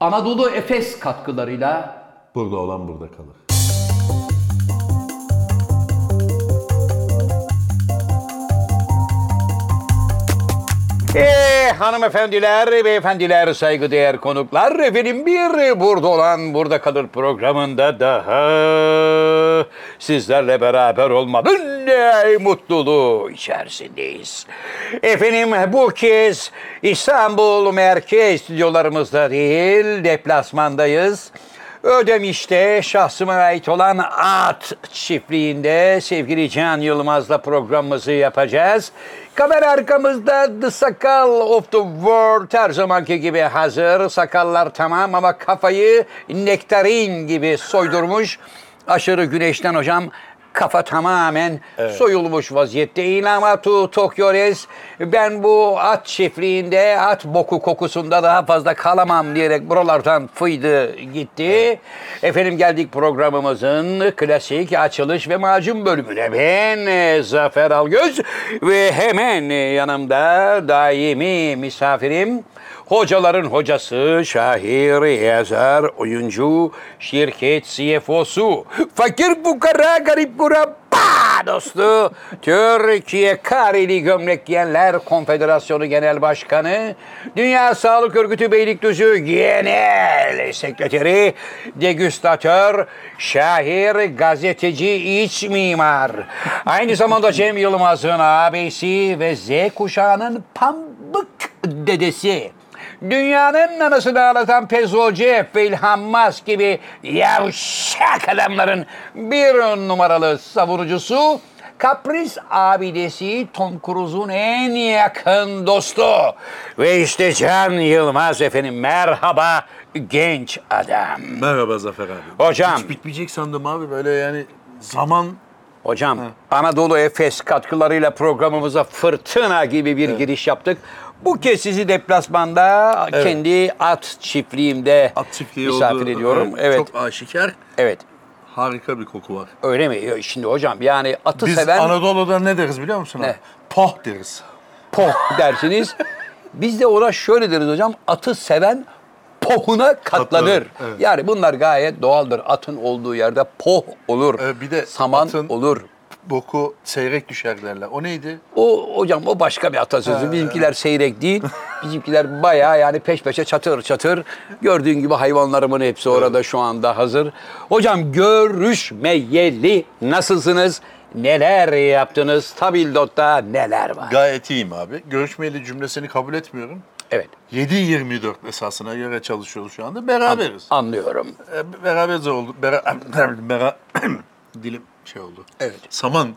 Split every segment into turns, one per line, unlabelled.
Anadolu Efes katkılarıyla
Burada olan burada kalır.
Eee hanımefendiler, beyefendiler, saygıdeğer konuklar. Efendim bir burada olan burada kalır programında daha sizlerle beraber olmanın ne mutluluğu içerisindeyiz. Efendim bu kez İstanbul merkez stüdyolarımızda değil, deplasmandayız. Ödemiş'te şahsıma ait olan At çiftliğinde sevgili Can Yılmaz'la programımızı yapacağız. Kamera arkamızda The Sakal of the World her zamanki gibi hazır. Sakallar tamam ama kafayı nektarin gibi soydurmuş. Aşırı güneşten hocam kafa tamamen soyulmuş vaziyette. İnamatu Tokyo Res. Ben bu at çiftliğinde at boku kokusunda daha fazla kalamam diyerek buralardan fıydı gitti. Efendim geldik programımızın klasik açılış ve macun bölümüne. Ben e, Zafer Algöz ve hemen e, yanımda daimi misafirim Hocaların hocası, şair, yazar, oyuncu, şirket CFO'su, fakir fukara, garip kurabba dostu, Türkiye Kareli Gömlek Giyenler Konfederasyonu Genel Başkanı, Dünya Sağlık Örgütü Beylikdüzü Genel Sekreteri, degüstatör, şair, gazeteci, iç mimar. Aynı zamanda Cem Yılmaz'ın abisi ve Z kuşağının pambık dedesi. Dünyanın anasını ağlatan Pezocev ve İlhan Mas gibi yavşak adamların bir numaralı savunucusu, Kapris abidesi Tom Cruise'un en yakın dostu. Ve işte Can Yılmaz efendim merhaba genç adam.
Merhaba Zafer abi.
Hocam.
Hiç bitmeyecek sandım abi böyle yani zaman
Hocam Anadolu Efes katkılarıyla programımıza fırtına gibi bir giriş yaptık. Bu kez sizi deplasmanda kendi at çiftliğimde
at çiftliği
misafir
olduğu-
ediyorum. Evet.
Çok aşikar.
Evet.
Harika bir koku var.
Öyle mi? Ya Şimdi hocam yani atı
Biz
seven
Anadolu'da ne deriz biliyor musun? abi?
Ne?
Poh deriz.
poh dersiniz. Biz de ona şöyle deriz hocam. Atı seven pohuna katlanır.
Katlanır, evet.
Yani bunlar gayet doğaldır. Atın olduğu yerde poh olur.
Ee, bir de
saman
atın-
olur.
Boku seyrek düşer derler. O neydi?
O hocam o başka bir atasözü. Bizimkiler seyrek değil. Bizimkiler bayağı yani peş peşe çatır çatır. Gördüğün gibi hayvanlarımın hepsi orada şu anda hazır. Hocam görüşmeyeli nasılsınız? Neler yaptınız? Tabildot'ta neler var?
Gayet iyiyim abi. Görüşmeyeli cümlesini kabul etmiyorum.
Evet
7-24 esasına göre çalışıyoruz şu anda. Beraberiz.
anlıyorum.
E, beraberiz oldu. Bera- bera- dilim şey oldu.
Evet.
Saman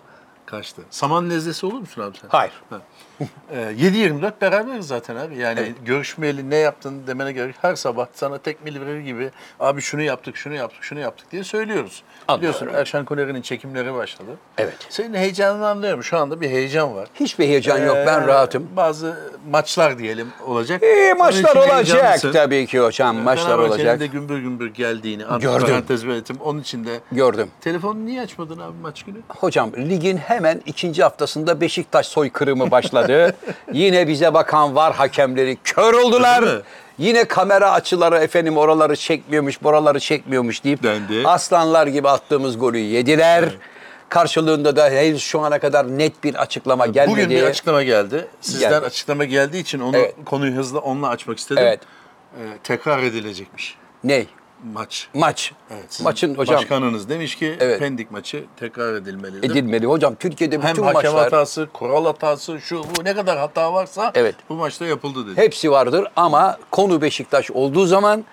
kaçtı. Saman lezzesi olur musun abi sen?
Hayır.
Ha. E, 7-24 beraberiz zaten abi. Yani görüşmeyeli ne yaptın demene gerek. Her sabah sana tekmil verir gibi abi şunu yaptık, şunu yaptık, şunu yaptık diye söylüyoruz.
Anlıyorum.
Biliyorsun Erşen Kuneri'nin çekimleri başladı.
Evet.
Senin heyecanını anlıyorum. Şu anda bir heyecan var.
Hiçbir heyecan yok
Ee,
ben rahatım.
Bazı maçlar diyelim olacak.
İyi
Onun için
maçlar olacak
heyecanlısın. Ee,
tabii ki hocam maçlar
Fenerbahçe'nin
olacak.
de gümbür gümbür geldiğini
Gördüm.
Gördüm. parantez belirtim. Onun için de
Gördüm.
telefonu niye açmadın abi maç günü?
Hocam ligin hemen ikinci haftasında Beşiktaş soykırımı başladı. Yine bize bakan var hakemleri kör oldular.
Öyle mi?
Yine kamera açıları efendim oraları çekmiyormuş, buraları çekmiyormuş deyip
Dendi.
aslanlar gibi attığımız golü yediler. Karşılığında da henüz şu ana kadar net bir açıklama gelmedi.
Bugün bir açıklama geldi. Sizden
Geldi.
açıklama geldiği için onu
Evet.
konuyu hızlı onunla açmak istedim.
Evet.
Ee, tekrar edilecekmiş
Ney?
maç.
Maç.
Evet, sizin
Maçın hocam
Başkanınız demiş ki
Evet.
Pendik maçı tekrar edilmelidir.
edilmeli. Hocam Türkiye'de
Hem
bütün
hakem
maçlar
hatası, kural hatası, şu bu ne kadar hata varsa
Evet.
bu maçta yapıldı dedi.
Hepsi vardır ama konu Beşiktaş olduğu zaman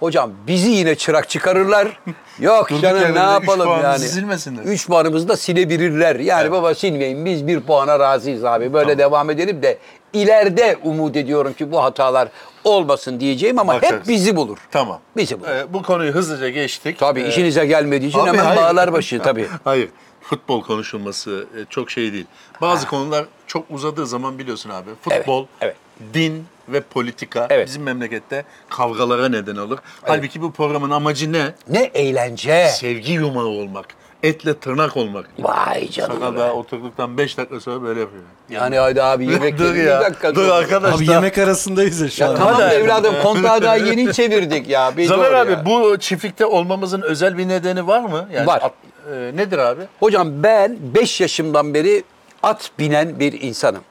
hocam bizi yine çırak çıkarırlar. Yok
Durduk
canım
yerinde
ne
üç
yapalım
puanımızı
yani.
silmesinler.
Üç puanımızı da silebilirler. Yani baba silmeyin biz bir puana razıyız abi. Böyle devam edelim de ileride umut ediyorum ki bu hatalar olmasın diyeceğim ama hep
Bakarız.
bizi bulur.
Tamam.
Bizi bulur.
Ee, bu konuyu hızlıca geçtik.
Tabii
Ee,
işinize gelmediği için
Abi,
hemen
hayır.
bağlar başı tabii.
Hayır. Futbol konuşulması e, çok şey değil. Bazı konular çok uzadığı zaman biliyorsun abi. Futbol,
evet.
din ve politika
Evet.
bizim memlekette kavgalara neden olur. Halbuki bu programın amacı ne?
Ne eğlence.
Sevgi yumağı olmak. etle tırnak olmak.
Vay
Sakal
canım.
daha oturduktan 5 dakika sonra böyle yapıyor.
Yani hadi abi yemek
dur
yiyelim,
ya.
bir dakika.
dur arkadaş.
Abi
daha-
yemek arasındayız ya şu
Ya
an.
tamam
Hadi.
evladım kontağı daha yeni çevirdik ya. Bir
Zafer
dur
abi
ya.
bu çiftlikte olmamızın özel bir nedeni var mı? Yani
Var.
at- e, nedir abi?
Hocam ben 5 yaşımdan beri at binen bir insanım.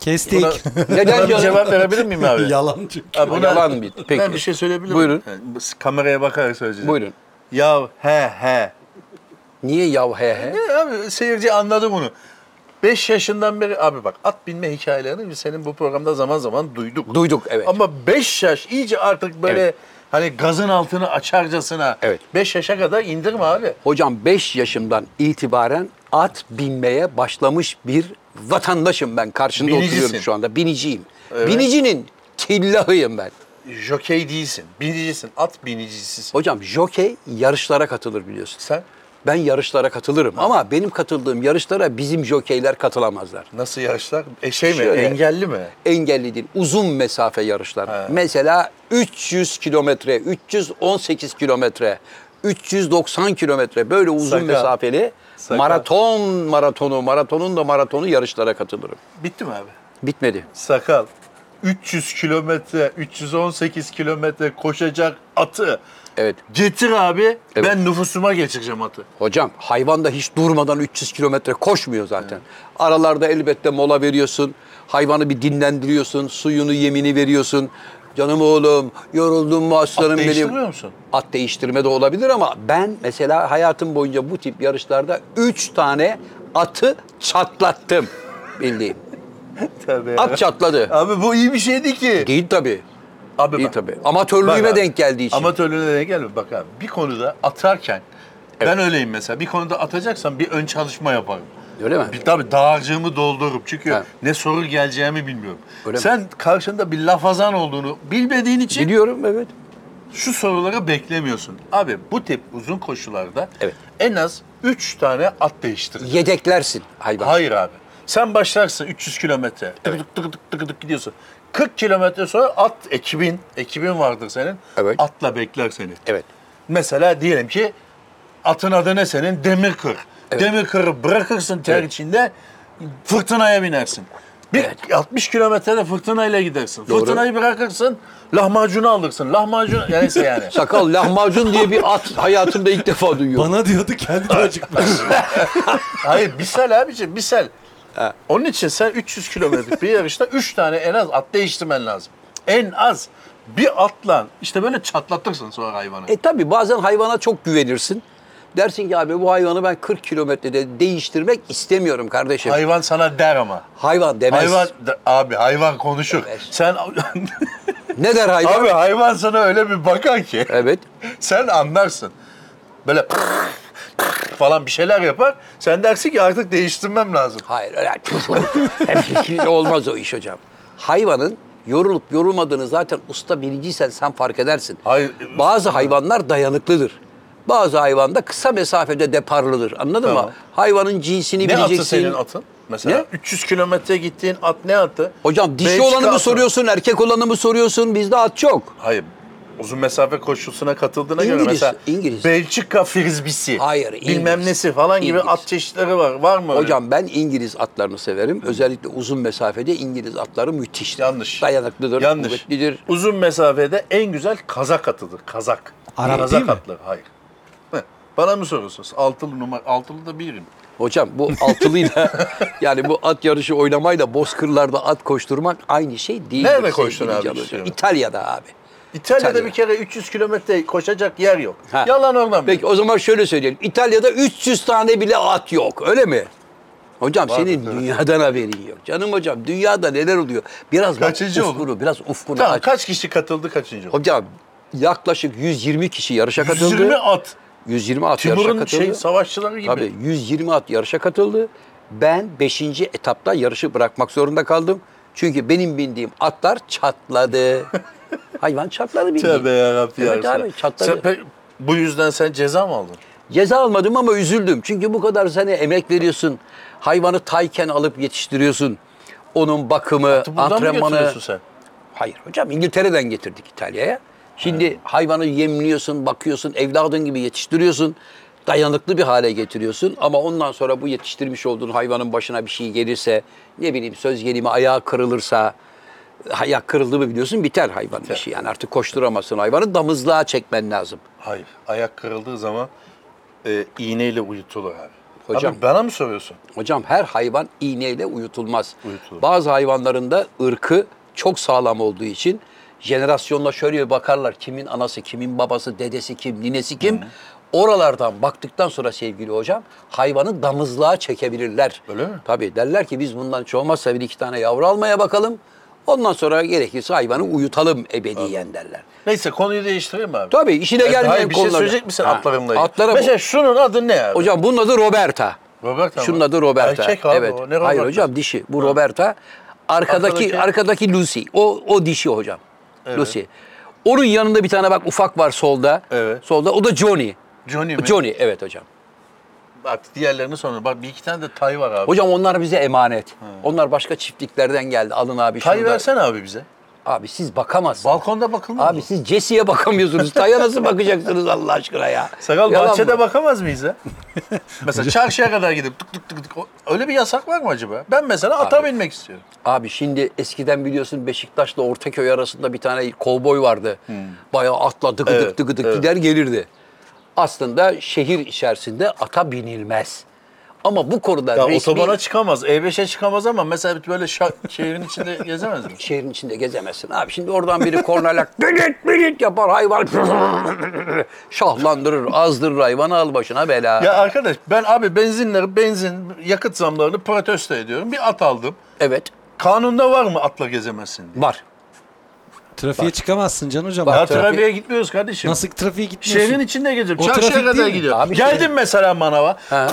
Kestik.
Buna, buna
Neden
bir
canım?
cevap verebilir miyim abi?
Yalan çünkü.
Ha,
Yalan bir- peki.
Ben bir şey söyleyebilir miyim?
Buyurun.
Yani bu- kameraya bakarak söyleyeceğim.
Buyurun.
Ya he he.
Niye yav he he?
E, Abi seyirci anladı bunu. 5 yaşından beri abi bak at binme hikayelerini biz senin bu programda zaman zaman duyduk.
Duyduk, evet.
Ama 5 yaş iyice artık böyle
Evet.
hani gazın altını açarcasına
Evet.
5 yaşa kadar indirme abi.
Hocam 5 yaşımdan itibaren at binmeye başlamış bir vatandaşım ben. Karşında
Binicisin.
oturuyorum şu anda. Biniciyim. Binicinin tillahıyım ben.
Jokey değilsin. Binicisin. At binicisisin.
Hocam jokey yarışlara katılır biliyorsun.
Sen
Ben yarışlara katılırım ama benim katıldığım yarışlara bizim jokeyler katılamazlar.
nasıl yarışlar? E şey mi?
Şöyle.
Engelli mi?
Engelli değil, uzun mesafe yarışlar. Mesela 300 kilometre, 318 kilometre, 390 kilometre böyle uzun
Sakal.
mesafeli
Sakal.
maraton maratonu, maratonun da maratonu yarışlara katılırım.
Bitti mi abi?
Bitmedi.
Sakal. 300 kilometre, 318 kilometre koşacak atı.
Evet.
Getir abi. Ben nüfusuma geçireceğim atı.
Hocam hayvan da hiç durmadan 300 kilometre koşmuyor zaten. Aralarda elbette mola veriyorsun. Hayvanı bir dinlendiriyorsun. Suyunu, yemini veriyorsun. Canım oğlum yoruldun mu aslanım
At
benim?
değiştiriyor musun?
At değiştirme de olabilir ama ben mesela hayatım boyunca bu tip yarışlarda 3 tane atı çatlattım bildiğim.
Tabii.
At çatladı.
Abi bu iyi bir şeydi ki.
Değil tabii.
Abi
Değil
bak,
tabii. Amatörlüğüme
bak abi,
denk geldiği için.
Amatörlüğüne denk gelme. Bak abi bir konuda atarken ben öyleyim mesela. Bir konuda atacaksam bir ön çalışma yaparım.
Öyle mi?
Bir, tabii dağarcığımı doldurup çünkü
Ha.
ne soru geleceğimi bilmiyorum.
Öyle mi?
Sen karşında bir lafazan olduğunu bilmediğin için
Biliyorum evet.
şu soruları beklemiyorsun. Abi bu tip uzun koşularda
Evet.
en az 3 tane at değiştir.
Yedeklersin hayvan.
Hayır abi. Sen başlarsın 300 kilometre. Tık tık tık tık tık tık gidiyorsun. 40 kilometre sonra at ekibin, ekibin vardır senin.
Evet.
Atla bekler seni.
Evet.
Mesela diyelim ki atın adı ne senin? Demir kır. Demir kırı bırakırsın ter
Evet.
içinde fırtınaya binersin. Bir 60 kilometrede fırtınayla gidersin.
Doğru.
Fırtınayı bırakırsın, lahmacunu alırsın. Lahmacun neyse yani.
Sakal lahmacun diye bir at hayatımda ilk defa duyuyorum.
Bana diyordu kendi de acıkmış.
Hayır bir sel abiciğim bir sel. Onun için sen 300 kilometrelik bir yarışta 3 tane en az at değiştirmen lazım. En az bir atla işte böyle çatlatırsın sonra hayvanı.
E tabi bazen hayvana çok güvenirsin. Dersin ki abi bu hayvanı ben 40 kilometrede değiştirmek istemiyorum kardeşim.
Hayvan sana der ama.
hayvan demez.
Hayvan de- abi hayvan konuşur.
Evet.
Sen
Ne der hayvan?
abi hayvan sana öyle bir bakar ki
Evet.
sen anlarsın. Böyle falan bir şeyler yapar. Sen dersin ki artık değiştirmem lazım.
Hayır öyle olmaz o iş hocam. Hayvanın yorulup yorulmadığını zaten usta biliciysen sen fark edersin.
Hayır.
Bazı hayvanlar dayanıklıdır. Bazı hayvan da kısa mesafede deparlıdır. Anladın
Tamam.
mı? Hayvanın
Ne
cinsini bileceksin.
atı senin atın? Mesela
Ne?
300 kilometre gittiğin at ne atı?
Hocam dişi
Belçika
olanı mı
atı.
soruyorsun, erkek olanı mı soruyorsun? Bizde at çok.
Hayır. Uzun mesafe koşusuna katıldığına göre
İngiliz,
mesela
İngiliz.
Belçika frizbisi,
Hayır,
bilmem
İngiliz.
nesi falan gibi
İngiliz.
at çeşitleri var. Var mı öyle?
Hocam ben İngiliz atlarını severim. Özellikle uzun mesafede İngiliz atları müthiştir.
Yanlış.
Dayanıklıdır,
Yanlış.
kuvvetlidir.
Uzun mesafede en güzel kazak atıdır. Kazak.
Arap
kazak
değil mi?
atları. Hayır. Heh, Bana mı soruyorsunuz? Altılı numara, altılı da birim.
Hocam bu altılıyla yani bu at yarışı oynamayla bozkırlarda at koşturmak aynı şey değil.
Nerede koştun abi işte?
İtalya'da abi.
İtalya'da
İtalya.
bir kere 300 kilometre koşacak yer yok.
Ha.
Yalan oradan. mı?
Peki o zaman şöyle söyleyelim. İtalya'da 300 tane bile at yok öyle mi? Hocam senin dünyadan haberin yok. Canım hocam dünyada neler oluyor? Biraz bak
Kaçıncı oldu?
ufkunu, biraz ufkunu
Tamam,
aç.
kaç kişi katıldı kaçıncı?
Hocam yaklaşık 120 kişi yarışa katıldı.
120 at.
120 at yarışa
Timur'un
katıldı.
şey, savaşçıları gibi.
Tabii 120 at yarışa katıldı. Ben 5. etapta yarışı bırakmak zorunda kaldım. Çünkü benim bindiğim atlar çatladı. Hayvan çatladı bildiğin.
Tövbe yarabbim.
Evet
ya.
abi çatladı.
Sen pe- bu yüzden sen ceza mı aldın?
Ceza almadım ama üzüldüm. Çünkü bu kadar sene emek veriyorsun. Hayvanı tayken alıp yetiştiriyorsun. Onun bakımı,
E, Buradan mı
antrenmanı.
götürüyorsun sen?
Hayır hocam İngiltere'den getirdik İtalya'ya. Şimdi hayvanı yemliyorsun, bakıyorsun, evladın gibi yetiştiriyorsun. dayanıklı bir hale getiriyorsun ama ondan sonra bu yetiştirmiş olduğun hayvanın başına bir şey gelirse ne bileyim söz gelimi ayağı kırılırsa ayak kırıldı mı biliyorsun biter hayvan işi yani artık koşturamazsın hayvanı damızlığa çekmen lazım.
Hayır. Ayak kırıldığı zaman e, iğneyle uyutulur abi.
Hocam-
Abi bana mı soruyorsun?
Hocam her hayvan iğneyle uyutulmaz.
Uyutulur.
Bazı hayvanların da ırkı çok sağlam olduğu için jenerasyonla şöyle bir bakarlar. Kimin anası, kimin babası, dedesi kim, ninesi kim? Oralardan baktıktan sonra sevgili hocam hayvanı damızlığa çekebilirler.
Öyle mi?
Tabii derler ki biz bundan hiç olmazsa bir iki tane yavru almaya bakalım. Ondan sonra gerekirse hayvanı uyutalım ebediyen derler.
Neyse konuyu değiştireyim mi abi?
Tabii işine
Hayır,
gelmeyen
Hayır bir şey
konular-
söyleyecek misin
Ha,
atlarımla ilgili?
atlara bu-
Mesela şunun adı ne abi?
Hocam bunun adı Roberta.
Roberta mı?
Şunun adı Roberta.
Erkek abi
evet.
o, ne
Hayır
Roberta?
hocam dişi. Bu Roberta. Arkadaki arkadaki,
Arkadaki-
Lucy. O o dişi hocam. Lucy. Onun yanında bir tane bak ufak var solda.
Evet.
Solda o da Johnny.
Johnny mi?
Johnny evet hocam.
Bak diğerlerini sonra. Bak bir iki tane de tay var abi.
Hocam onlar bize emanet. Onlar başka çiftliklerden geldi. Alın abi şunu
tay
da.
versene abi bize.
Abi siz bakamazsınız.
Balkonda bakılmaz
Abi
mı?
siz Jesse'ye bakamıyorsunuz. Taya nasıl bakacaksınız Allah aşkına ya?
Sakal
Yalan
bahçede
mı?
bakamaz mıyız ya? mesela çarşıya kadar gidip tık tık tık tık. O- Öyle bir yasak var mı acaba? Ben mesela ata binmek istiyorum.
Abi şimdi eskiden biliyorsun Beşiktaş'la Ortaköy arasında bir tane kovboy vardı. Bayağı atla dıkı
Hmm. Evet,
dık dıkı dık
evet.
gider gelirdi. Aslında şehir içerisinde ata binilmez. Ama bu konuda
Ya
resmi
otobana çıkamaz, E5'e çıkamaz ama mesela böyle şa- şehrin içinde gezemez mi?
şehrin içinde gezemezsin. Abi şimdi oradan biri kornalak bilit bilit yapar hayvan şahlandırır azdırır hayvanı al başına bela.
Ya arkadaş ben abi benzinleri, benzin, yakıt zamlarını protesto ediyorum. Bir at aldım.
Evet
Kanunda var mı atla gezemezsin diye?
var.
Trafiğe çıkamazsın Can Hocam.
Bak,
Ya
Trafiğe-
trafiğe gitmiyoruz kardeşim.
Nasıl trafiğe gitmiyorsun?
Şehrin içinde geziyorum.
O
Çarşıya
trafik
kadar
değil mi?
gidiyorum.
Abi
Geldim
şöyle-
mesela manava.
Ha.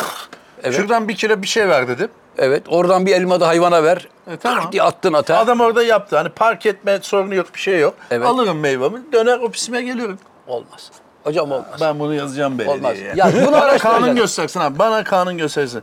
Evet.
Şuradan bir kilo bir şey ver dedim.
Evet oradan bir elma da hayvana ver.
E, tamam.
diye attın ata.
Adam orada yaptı. Hani park etme sorunu yok, bir şey yok.
Evet.
Alırım meyvemi, döner ofisime geliyorum.
Olmaz. Hocam olmaz.
Ben bunu yazacağım
Olmaz.
belediyeye.
Ya bunu
bana
araştıracağız.
kanun göstersin abi. Bana kanun göstersin.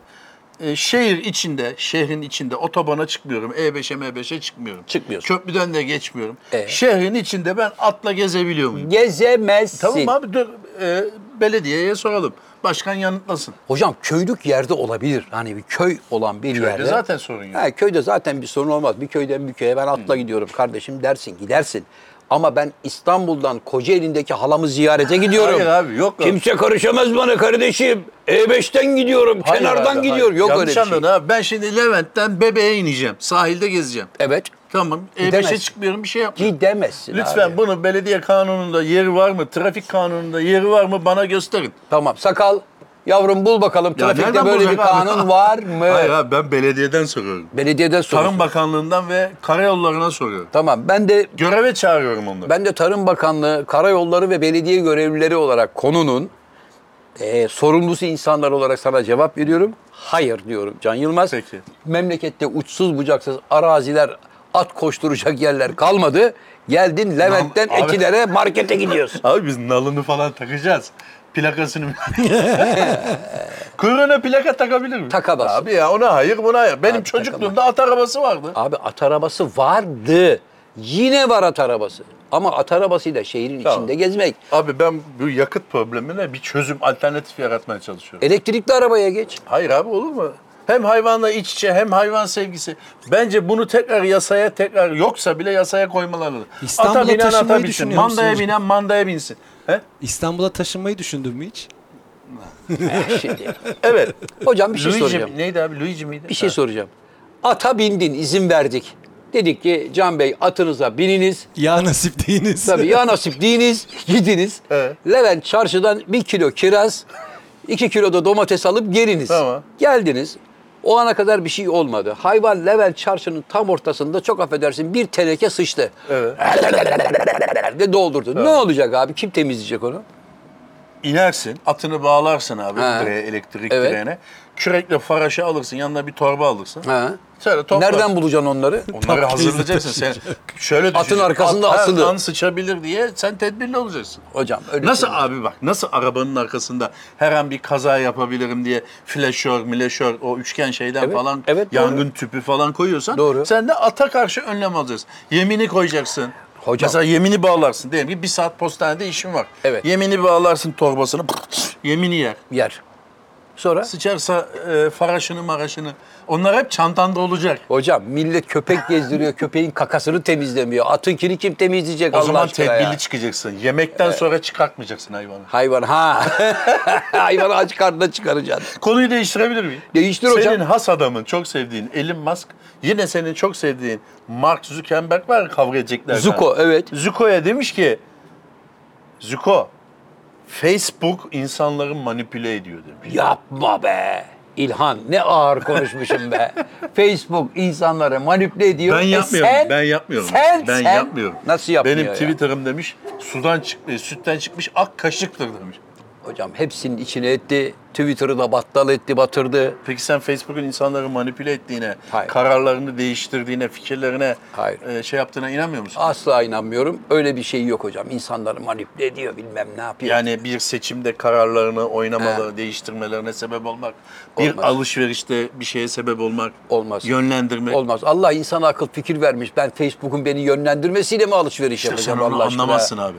Ee, şehir içinde, şehrin içinde otobana çıkmıyorum. E E5'e M5'e çıkmıyorum.
Çıkmıyorsun.
Köprüden de geçmiyorum.
Ee?
Şehrin içinde ben atla gezebiliyor muyum?
Gezemezsin.
Tamam abi dur. Ee, belediyeye soralım. Başkan yanıtlasın.
Hocam köylük yerde olabilir. Hani bir köy olan bir yerde.
zaten sorun yok.
Ha, köyde zaten bir sorun olmaz. Bir köyden bir köye ben atla gidiyorum kardeşim dersin gidersin. Ama ben İstanbul'dan Kocaeli'ndeki halamı ziyarete gidiyorum.
Hayır abi, yok öyle.
Kimse karışamaz bana kardeşim. E5'ten gidiyorum,
Hayır
kenardan
abi,
gidiyor.
hayır.
Yok
Yanlış
öyle bir şey.
anladın abi. Ben şimdi Levent'ten Bebe'ye ineceğim. Sahilde gezeceğim.
Evet.
Tamam.
Gidemezsin.
E5'e çıkmıyorum bir şey yapmıyorum.
Gidemezsin
Lütfen
abi.
bunu belediye kanununda yeri var mı? Trafik kanununda yeri var mı? Bana gösterin.
Tamam sakal. Yavrum bul bakalım
Ya
trafikte
nereden
böyle bir
bulacak abi?
kanun var mı?
Hayır abi ben belediyeden soruyorum.
Belediyeden sor.
Tarım Bakanlığından ve Karayollarına soruyorum.
Tamam ben de
Göreve çağırıyorum onları.
Ben de Tarım Bakanlığı, Karayolları ve belediye görevlileri olarak konunun eee, sorumlusu insanlar olarak sana cevap veriyorum. Hayır diyorum Can Yılmaz.
Peki.
Memlekette uçsuz bucaksız araziler, at koşturacak yerler kalmadı. Geldin Levent'ten
Lan- abi-
Ekiler'e markete gidiyorsun.
Abi biz nalını falan takacağız. Plakasını. Kuyruğuna plaka takabilir mi?
Takamazsın.
Abi ya ona hayır buna hayır. Benim
Abi
çocukluğumda at arabası vardı.
Abi at arabası vardı. Yine var at arabası. Ama at arabasıyla şehrin
Tamam.
içinde gezmek.
Abi ben bu yakıt problemine bir çözüm alternatif yaratmaya çalışıyorum.
Elektrikli arabaya geç.
Hayır abi olur mu? Hem hayvanla iç içe hem hayvan sevgisi. Bence bunu tekrar yasaya tekrar yoksa bile yasaya koymaları lazım.
İstanbul'a
ata binen
taşınmayı
ata binsin.
düşünüyor
Mandaya
musunuz?
binen mandaya binsin. He?
İstanbul'a taşınmayı düşündün mü hiç?
Şimdi.
Evet.
Hocam bir şey
Luigi
soracağım.
neydi abi? Luigi miydi?
Bir şey soracağım. Ata bindin, izin verdik. Dedik ki Can Bey atınıza bininiz.
Ya nasip değiniz.
Tabii ya nasip değiniz, gidiniz.
Evet.
Levent çarşıdan bir kilo kiraz, iki kilo da domates alıp geliniz.
Tamam.
Geldiniz. O ana kadar bir şey olmadı. Hayvan Levent çarşının tam ortasında çok affedersin bir teneke sıçtı.
Evet.
De doldurdu. Ne olacak abi? Kim temizleyecek onu?
İnersin, atını bağlarsın abi
Ha.
direğe, elektrik
Evet.
direğine. Kürekle faraşı alırsın, yanına bir torba alırsın.
Ha.
Şöyle toplarsın.
Nereden bulacaksın onları?
Onları hazırlayacaksın sen. Şöyle
Atın
düşecek,
arkasında
at-
asılı.
Attan sıçabilir diye sen tedbirli olacaksın.
Hocam öyle
Nasıl
şey-
abi bak nasıl arabanın arkasında her an bir kaza yapabilirim diye flaşör, mileşör o üçgen şeyden
Evet,
falan
evet, doğru.
yangın tüpü falan koyuyorsan
Doğru.
sen de ata karşı önlem alacaksın. Yemini koyacaksın.
Hocam.
Mesela yemini bağlarsın diyelim ki bir saat postanede işim var.
Evet.
Yemini bağlarsın torbasını Yemini yer.
Yer. Sonra
Sıçarsa e, faraşını maraşını. Onlar hep çantanda olacak.
hocam millet köpek gezdiriyor. köpeğin kakasını temizlemiyor. Atınkini kim temizleyecek
O
Allah
zaman
aşkına
tedbirli
ya?
çıkacaksın. Yemekten sonra çıkartmayacaksın hayvanı.
Hayvan ha. Hayvanı aç karnına çıkaracaksın.
Konuyu değiştirebilir miyim?
Değiştir
senin
hocam.
has adamın çok sevdiğin Elon Musk, yine senin çok sevdiğin Mark Zuckerberg var ya kavga edecekler.
Zuko evet.
Zuko'ya demiş ki, Zuko, Facebook insanları manipüle ediyor demiş.
Yapma be. İlhan ne ağır konuşmuşum be. Facebook insanları manipüle ediyor.
Ben
E
yapmıyorum,
sen-
ben yapmıyorum.
Sen,
ben
sen
yapmıyorum.
Nasıl yapmıyor
Benim
ya?
Twitter'ım demiş, sudan çık, e, sütten çıkmış ak kaşıktır demiş.
Hocam hepsinin içine etti. Twitter'ı da battal etti, batırdı.
Peki sen Facebook'un insanları manipüle ettiğine,
Hayır.
kararlarını değiştirdiğine, fikirlerine
Hayır.
e, şey yaptığına inanmıyor musun?
Asla inanmıyorum. Öyle bir şey yok hocam. İnsanları manipüle ediyor bilmem ne yapıyor.
Yani bir seçimde kararlarını oynamaları, değiştirmelerine sebep olmak, bir
Olmaz.
alışverişte bir şeye sebep olmak,
Olmaz.
yönlendirmek.
Olmaz. Allah insana akıl fikir vermiş. Ben Facebook'un beni yönlendirmesiyle mi alışveriş
İşte sen
yapacağım
onu
Allah aşkına?
anlamazsın abi.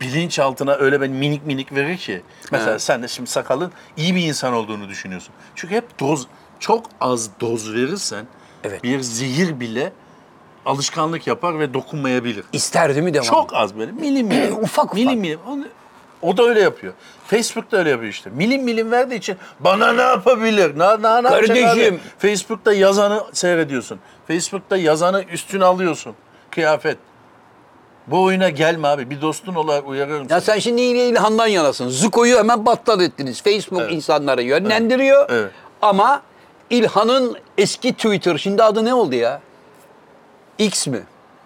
Bilinçaltına öyle ben minik minik verir ki. Mesela sen de şimdi sakalın iyi bir insan olduğunu düşünüyorsun. Çünkü hep doz, çok az doz verirsen
Evet.
bir zehir bile alışkanlık yapar ve dokunmayabilir.
İsterdi mi devam?
Çok az böyle milim milim.
Ufak ufak.
Milim milim. Onu- O da öyle yapıyor. Facebook da öyle yapıyor işte. Milim milim verdiği için bana ne yapabilir? Na, na, ne yapacak
Kardeşim.
abi? Facebook'ta yazanı seyrediyorsun. Facebook'ta yazanı üstüne alıyorsun. Kıyafet. Bu oyuna gelme abi. Bir dostun olarak uyarıyorum
Ya
seni.
sen şimdi yine İlhan'dan yanasın. Zuko'yu hemen battal ettiniz. Facebook insanları yönlendiriyor.
Evet.
Ama İlhan'ın eski Twitter şimdi adı ne oldu ya? X mi?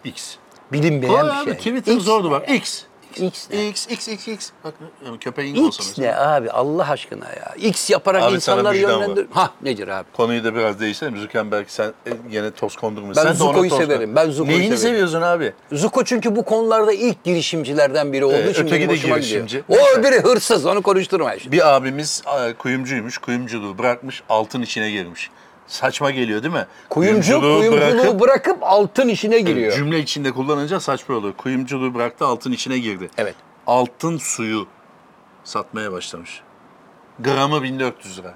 X.
Bilinmeyen
Kolay
bir
abi.
şey.
Twitter
X.
zordu bak. X.
X ne?
X, X, X, X. Bak yani köpeğin de olsa
X
mesela.
ne abi Allah aşkına ya. X yaparak
Abi sana
insanları
vicdan var.
yönlendir. Ha nedir abi?
Konuyu da biraz değiştirelim. Zuckerberg sen e, gene toz kondurmuş.
Ben
sen de ona
Zuko'yu
toz koy.
severim, ben Zuko'yu
Neyini
severim.
seviyorsun abi?
Zuko çünkü bu konularda ilk girişimcilerden biri olduğu
Evet,
için
öteki
benim
de
hoşuma
girişimci.
gidiyor. O
Neyse.
öbürü hırsız onu konuşturma şimdi.
Bir abimiz e, kuyumcuymuş. Kuyumculuğu bırakmış, altın içine girmiş. Saçma geliyor değil mi?
Kuyumcu kuyumculuğu bırakıp, altın işine giriyor.
cümle içinde kullanınca saçma oluyor. Kuyumculuğu bıraktı, altın içine girdi.
Evet.
Altın suyu satmaya başlamış. Gramı 1400 lira.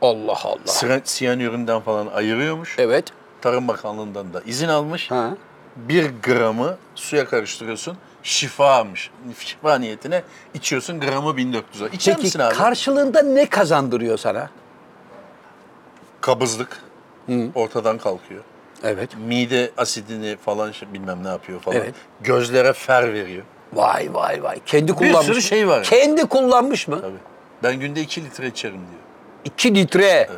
Allah Allah.
Siren, siyanüründen falan ayırıyormuş.
Evet.
Tarım Bakanlığı'ndan da izin almış.
Ha.
Bir gramı suya karıştırıyorsun. Şifamış. Şifa niyetine içiyorsun gramı 1400 lira. İçer
Peki
misin abi?
karşılığında ne kazandırıyor sana?
Kabızlık ortadan kalkıyor.
Evet.
mide asidini falan şey- bilmem ne yapıyor falan.
Evet.
Gözlere fer veriyor.
Vay vay vay. Kendi
Bir
kullanmış.
sürü
mı?
şey var.
Kendi kullanmış mı?
Tabii. Ben günde 2 litre içerim diyor.
2 litre.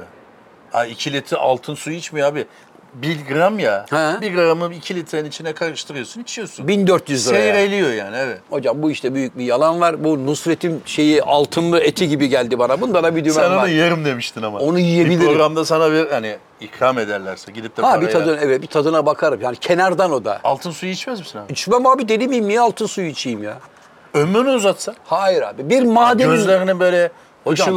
Ha 2 litre altın suyu içmiyor abi. 1 gram ya.
Ha.
1 gramı 2 litrenin içine karıştırıyorsun, içiyorsun.
1400 lira. ya.
Seyreliyor yani evet.
Hocam bu işte büyük bir yalan var. Bu Nusret'in şeyi altınlı eti gibi geldi bana. Bunda da bir dümen
Sen onu
var.
yerim demiştin ama.
Onu
Bir
yiyebilirim.
programda sana bir hani ikram ederlerse gidip de
ha
paraya.
bir tadına evet bir tadına bakarım. Yani kenardan o da.
Altın suyu içmez misin abi?
İçmem abi deli miyim? Niye altın suyu içeyim ya?
Ömrünü uzatsa.
Hayır abi. Bir madenin
Gözlerini böyle
Hocam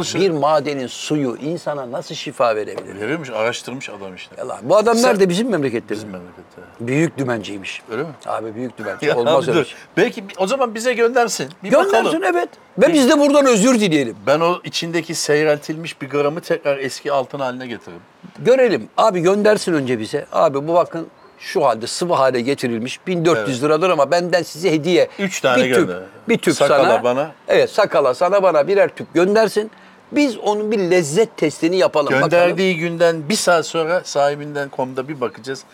ışıl ışıl.
bir madenin suyu insana nasıl şifa verebilir?
Veriyormuş, araştırmış adam işte.
Yalan. Bu adam
Sen-
nerede bizim memlekette?
Bizim memlekette.
Büyük dümenciymiş.
Öyle mi?
Abi büyük dümenci.
Ya
Olmaz
abi
öyle.
dur.
şey.
Belki bi- o zaman bize göndersin. Bir
Göndersin
bakalım.
evet. Ve biz de buradan özür dileyelim.
Ben o içindeki seyreltilmiş bir gramı tekrar eski altın haline getiririm.
Görelim. Abi göndersin önce bize. Abi bu bakın şu halde sıvı hale getirilmiş 1400 liradır ama benden size hediye.
Üç tane
bir tüp,
gönder.
Bir tüp
Sakala
sana.
bana.
Evet sakala sana bana birer tüp göndersin. Biz onun bir lezzet testini yapalım. Bakalım.
Gönderdiği günden bir saat sonra sahibinden komda bir bakacağız.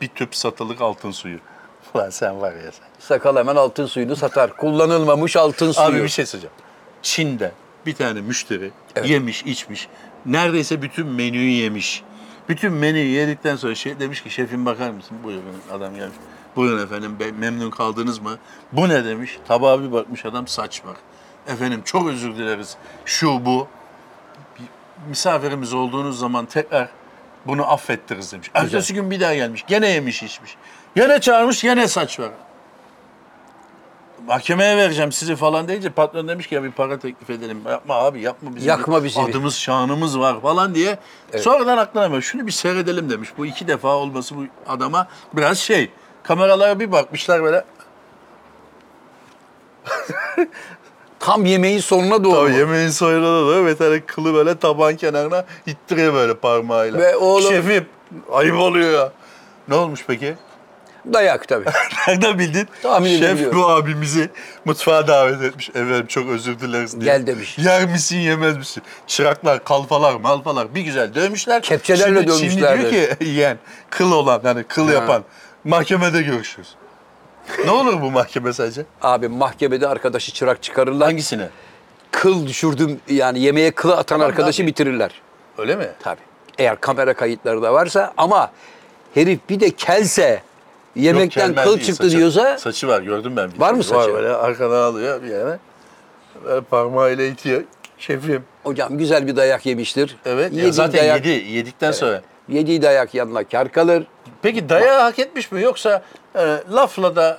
Bir tüp satılık altın suyu. Ulan sen var ya sen.
Sakal hemen altın suyunu satar. Kullanılmamış altın suyu.
Abi bir şey söyleyeceğim. Çin'de bir tane müşteri yemiş içmiş. Neredeyse bütün menüyü yemiş. Bütün menüyü yedikten sonra şey demiş ki şefim bakar mısın? Buyurun adam gelmiş. Buyurun efendim be- memnun kaldınız mı? Bu ne demiş? Tabağa bir bakmış adam saç var. Efendim çok özür dileriz. Şu bu. Bir Misafirimiz olduğunuz zaman tekrar bunu affettiririz demiş. Ertesi gün bir daha gelmiş. Gene yemiş içmiş. Gene çağırmış gene saç var mahkemeye vereceğim sizi falan deyince patron demiş ki ya bir para teklif edelim. Yapma abi yapma bizim
Yakma
bir
bizi.
adımız şanımız var falan diye. Sonradan aklına geliyor. Şunu bir seyredelim demiş. Bu iki defa olması bu adama biraz şey. Kameralara bir bakmışlar böyle.
Tam yemeğin sonuna doğru.
Tabii yemeğin sonunda da evet hani kılı böyle taban kenarına ittiriyor böyle parmağıyla.
Ve oğlum-
Şefim ayıp oluyor ya. Ne olmuş peki?
Dayak tabii.
Nereden bildin?
Tahmin
Şef
edebiliyorum.
bu abimizi mutfağa davet etmiş. Efendim çok özür dileriz diye.
Gel demiş.
Yer misin yemez misin? Çıraklar, kalfalar, malfalar bir güzel dövmüşler.
Kepçelerle
Şimdi Çinli
dövmüşlerdi.
diyor ki yiyen, kıl olan yani kıl yapan mahkemede görüşürüz. ne olur bu mahkeme sence?
Abi mahkemede arkadaşı çırak çıkarırlar.
Hangisine?
Kıl düşürdüm yani yemeğe kılı atan arkadaşı
tabii.
bitirirler.
Öyle mi?
Tabii. Eğer kamera kayıtları da varsa ama herif bir de kelse yemekten
Yok, kelmez
kıl
değil,
çıktı
saçı-
diyorsa
Saçı var gördüm ben. bir
Var
tane.
mı saçı?
Var böyle arkadan alıyor bir yana. Böyle parmağıyla itiyor. Şefim.
hocam güzel bir dayak yemiştir.
Evet.
Yediği
zaten
dayak,
yedi. Yedikten sonra.
Yediği dayak yanına kar kalır.
Peki dayağı hak etmiş mi yoksa e, lafla da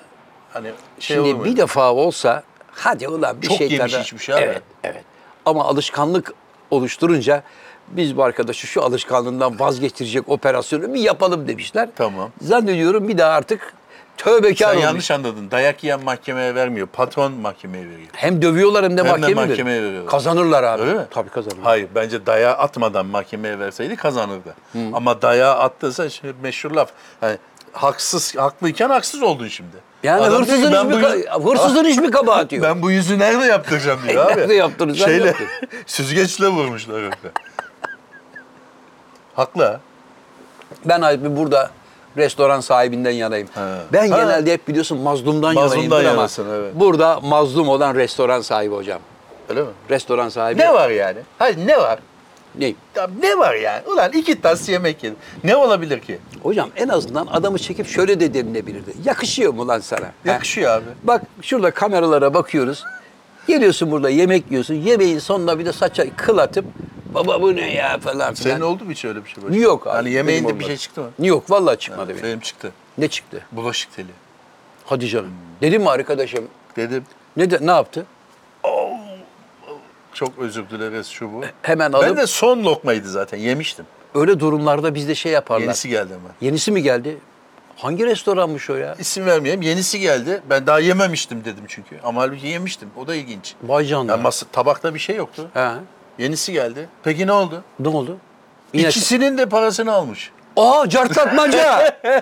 hani şey
Şimdi
olur mu?
bir defa olsa hadi ulan bir
Çok
şey
yemiş
kadar-
içmiş abi.
Evet, evet. Ama alışkanlık oluşturunca biz bu arkadaşı şu alışkanlığından vazgeçirecek operasyonu bir yapalım demişler.
Tamam.
Zannediyorum bir daha artık tövbekar
Sen
olmuş.
yanlış anladın. Dayak yiyen mahkemeye vermiyor. Patron mahkemeye veriyor.
Hem dövüyorlar hem de
Hem de
mahkemeye,
mahkemeye
veriyor.
veriyorlar.
Kazanırlar abi.
Öyle mi?
Tabii kazanırlar.
Hayır bence dayağı atmadan mahkemeye verseydi kazanırdı. Ama dayağı attıysa şimdi meşhur laf. Hani haksız haklıyken haksız oldun şimdi.
Yani
Adam diyor ki,
hırsızın,
"Ben bu
hiçbir,
yüz-
ka- hırsızın hiçbir kabahati yok.
Ben bu yüzü nerede yaptıracağım diyor abi.
Nerede yaptıracağım,
Şeyle,
yaptır.
süzgeçle vurmuşlar öyle. Haklı ha.
Ben abi burada restoran sahibinden yanayım.
Ha.
Ben
Ha.
genelde hep biliyorsun mazlumdan,
Mazlumdan
yanayımdır ama
yanasın, evet.
burada mazlum olan restoran sahibi hocam.
Öyle mi?
Restoran sahibi.
Ne var yani? Hayır ne var?
Neyim?
Ya ne var yani? Ulan iki tas yemek yedim. Ne olabilir ki?
Hocam en azından adamı çekip şöyle de denilebilirdi. Yakışıyor mu lan sana? He?
Yakışıyor abi.
Bak şurada kameralara bakıyoruz. Geliyorsun burada yemek yiyorsun. Yemeğin sonunda bir de saça kıl atıp baba bu ne ya falan
Senin
filan.
oldu mu hiç öyle bir şey? başına?
Yok abi.
Hani yemeğinde
benim
bir
olmadı.
şey çıktı mı? şey-
Yok vallahi çıkmadı benim.
Benim çıktı.
Ne çıktı?
Bulaşık teli.
Hadi canım. Dedim mi arkadaşım?
Dedim
Ne de, ne yaptı?
çok özür dileriz şu bu.
Hemen
Ben
alıp
de son lokmaydı zaten yemiştim.
öyle durumlarda bizde şey yaparlar.
Yenisi geldi ama.
Yenisi mi geldi? Hangi restoranmış o ya?
İsim vermeyeyim. Yenisi geldi. Ben daha yememiştim dedim çünkü. Ama halbuki yemiştim. O da ilginç.
Vay canına.
Yani masa, tabakta bir şey yoktu.
He.
Yenisi geldi. Peki ne oldu?
Ne oldu? Yine-
İkisinin de parasını almış.
Aa cartlatmaca.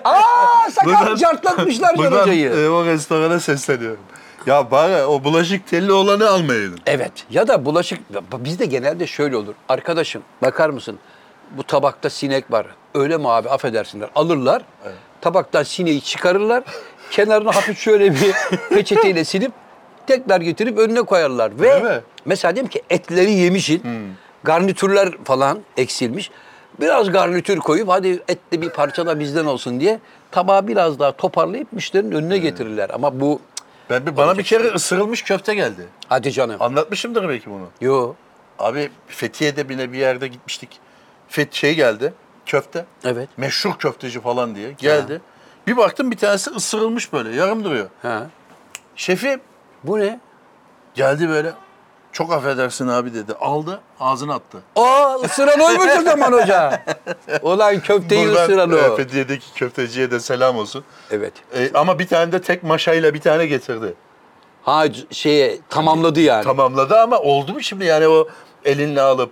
Aa sakal
Buradan-
cartlatmışlar Can
Buradan
Hoca'yı.
e, o restorana sesleniyorum. Ya bari o bulaşık telli olanı almayaydın.
Evet ya da bulaşık bizde genelde şöyle olur. Arkadaşım bakar mısın bu tabakta sinek var. Öyle mi abi affedersinler alırlar. Tabaktan sineği çıkarırlar. kenarına hafif şöyle bir peçeteyle silip tekrar getirip önüne koyarlar.
Değil
Ve
mi?
mesela diyelim ki etleri yemişin garnitürler falan eksilmiş. Biraz garnitür koyup hadi et de bir parça da bizden olsun diye tabağı biraz daha toparlayıp müşterinin önüne getirirler. Ama bu cık,
Ben bir, bana bir kere ısırılmış köfte geldi.
hadi canım.
Anlatmışımdır belki bunu.
Yo.
Abi Fethiye'de bile bir yerde gitmiştik. Fet şey geldi. Köfte.
Evet.
Meşhur köfteci falan diye geldi. Bir baktım bir tanesi ısırılmış böyle yarım duruyor.
Ha.
Şefim
Bu ne?
geldi böyle. Çok affedersin abi dedi. Aldı ağzına attı.
Aa ısıran oymuş o zaman hoca. Ulan köfteyi ısıran o.
e, Fethiye'deki köfteciye de selam olsun.
Evet.
E, ama bir tane de tek maşayla bir tane getirdi.
Ha c- şeye tamamladı yani.
Tamamladı ama oldu mu şimdi yani o elinle alıp.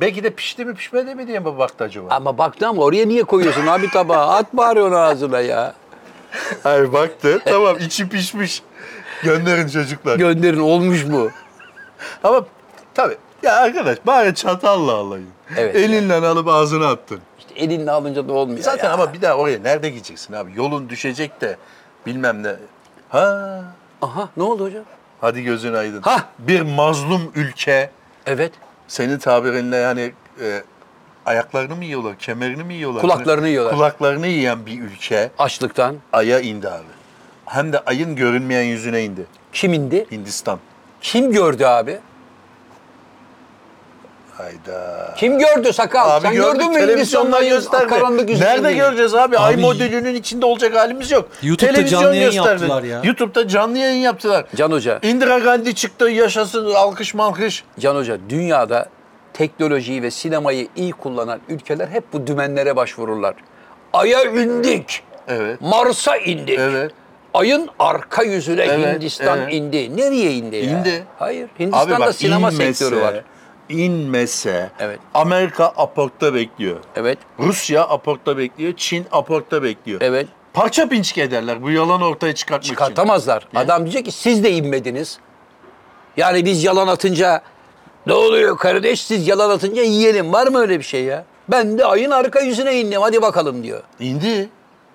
Belki de pişti mi pişmedi mi diye mi baktı acaba?
Ama baktı ama oraya niye koyuyorsun abi tabağı? At bari onu ağzına ya.
Hayır baktı tamam içi pişmiş. Gönderin çocuklar.
Gönderin olmuş mu?
Ama tabii ya arkadaş bari çatalla alayım.
Evet.
Elinle alıp ağzına attın.
İşte elinle alınca da olmuyor
Zaten
ya.
ama bir daha oraya nerede gideceksin abi? Yolun düşecek de bilmem ne. Ha
Aha ne oldu hocam?
hadi gözün aydın.
Hah!
Bir mazlum ülke
Evet.
senin tabirinle yani e, ayaklarını mı yiyorlar, kemerini mi yiyorlar? Hani
Kulaklarını yiyorlar.
Kulaklarını yiyen bir ülke
Açlıktan.
aya indi abi. Hem de ayın görünmeyen yüzüne indi.
Kim indi?
Hindistan.
Kim gördü abi?
Hayda.
Kim gördü sakal? Sen gördün mü Hindistan'dan gösterdi. Karanlık yüzünü?
Nerede göreceğiz abi? Ay
Abi-
modülünün içinde olacak halimiz yok.
YouTube'da
Televizyon
canlı yayın
gösterdi.
yaptılar ya.
YouTube'da canlı yayın yaptılar.
Can Hoca.
Indira Gandhi çıktı yaşasın alkış malkış.
Can Hoca dünyada teknolojiyi ve sinemayı iyi kullanan ülkeler hep bu dümenlere başvururlar. Ay'a indik.
Evet.
Mars'a indik.
Evet.
Ayın arka yüzüne
Evet,
Hindistan
evet.
indi. Nereye indi ya?
İndi.
Hayır. Hindistan'da sinema sektörü var.
İnmese
Evet.
Amerika aportta bekliyor.
Evet.
Rusya aportta bekliyor. Çin aportta bekliyor.
Evet.
Parça pinçik ederler bu yalan ortaya çıkartmak için.
Çıkartamazlar. Adam diyecek ki siz de inmediniz. Yani biz yalan atınca ne oluyor kardeş siz yalan atınca yiyelim. Var mı öyle bir şey ya? Ben de ayın arka yüzüne indim hadi bakalım diyor.
İndi.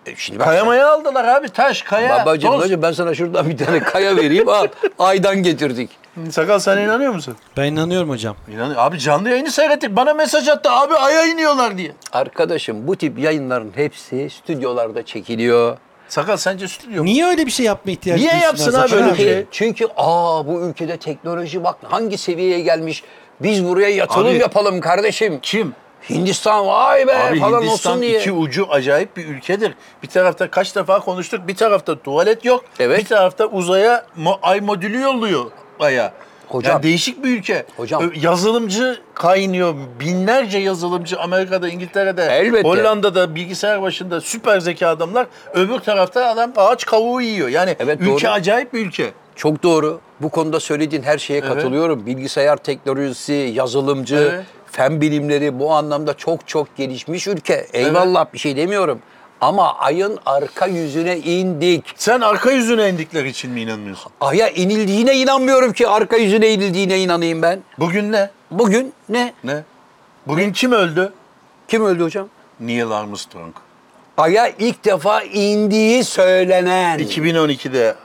E şimdi bak.
Kayamaya aldılar abi taş kaya.
Babacım
toz.
hocam ben sana şuradan bir tane kaya vereyim al. Aydan getirdik.
Sakal sen inanıyor musun?
Ben inanıyorum hocam.
İnanıyor. Abi canlı yayını seyrettik. Bana mesaj attı abi aya iniyorlar diye.
Arkadaşım bu tip yayınların hepsi stüdyolarda çekiliyor.
Sakal sence stüdyo mu?
Niye öyle bir şey yapma ihtiyacı
Niye
duysunlar
yapsın
zaten?
abi öyle bir
Çünkü,
şey?
çünkü aa bu ülkede teknoloji bak hangi seviyeye gelmiş. Biz buraya yatırım
Abi-
yapalım kardeşim.
Kim?
Hindistan vay be
Abi
falan
Hindistan
Ee, olsun diye.
iki ucu acayip bir ülkedir. Bir tarafta kaç defa konuştuk. Bir tarafta tuvalet yok.
Evet.
Bir tarafta uzaya mo- ay modülü yolluyor aya.
Hocam.
Yani değişik bir ülke.
Hocam.
Ö- Yazılımcı kaynıyor. Binlerce yazılımcı Amerika'da, İngiltere'de,
Elbette.
Hollanda'da bilgisayar başında süper zeka adamlar. Öbür tarafta adam ağaç kavuğu yiyor. Yani
Evet,
ülke
doğru.
acayip bir ülke.
Çok doğru. Bu konuda söylediğin her şeye katılıyorum. Bilgisayar teknolojisi, yazılımcı,
Evet.
fen bilimleri bu anlamda çok çok gelişmiş ülke. Eyvallah bir şey demiyorum. Ama ayın arka yüzüne indik.
Sen arka yüzüne indikleri için mi inanmıyorsun?
Aya inildiğine inanmıyorum ki arka yüzüne inildiğine inanayım ben.
Bugün ne?
Bugün ne?
Ne? Bugün kim öldü?
Kim öldü hocam?
Neil Armstrong.
Aya ilk defa indiği söylenen.
2012'de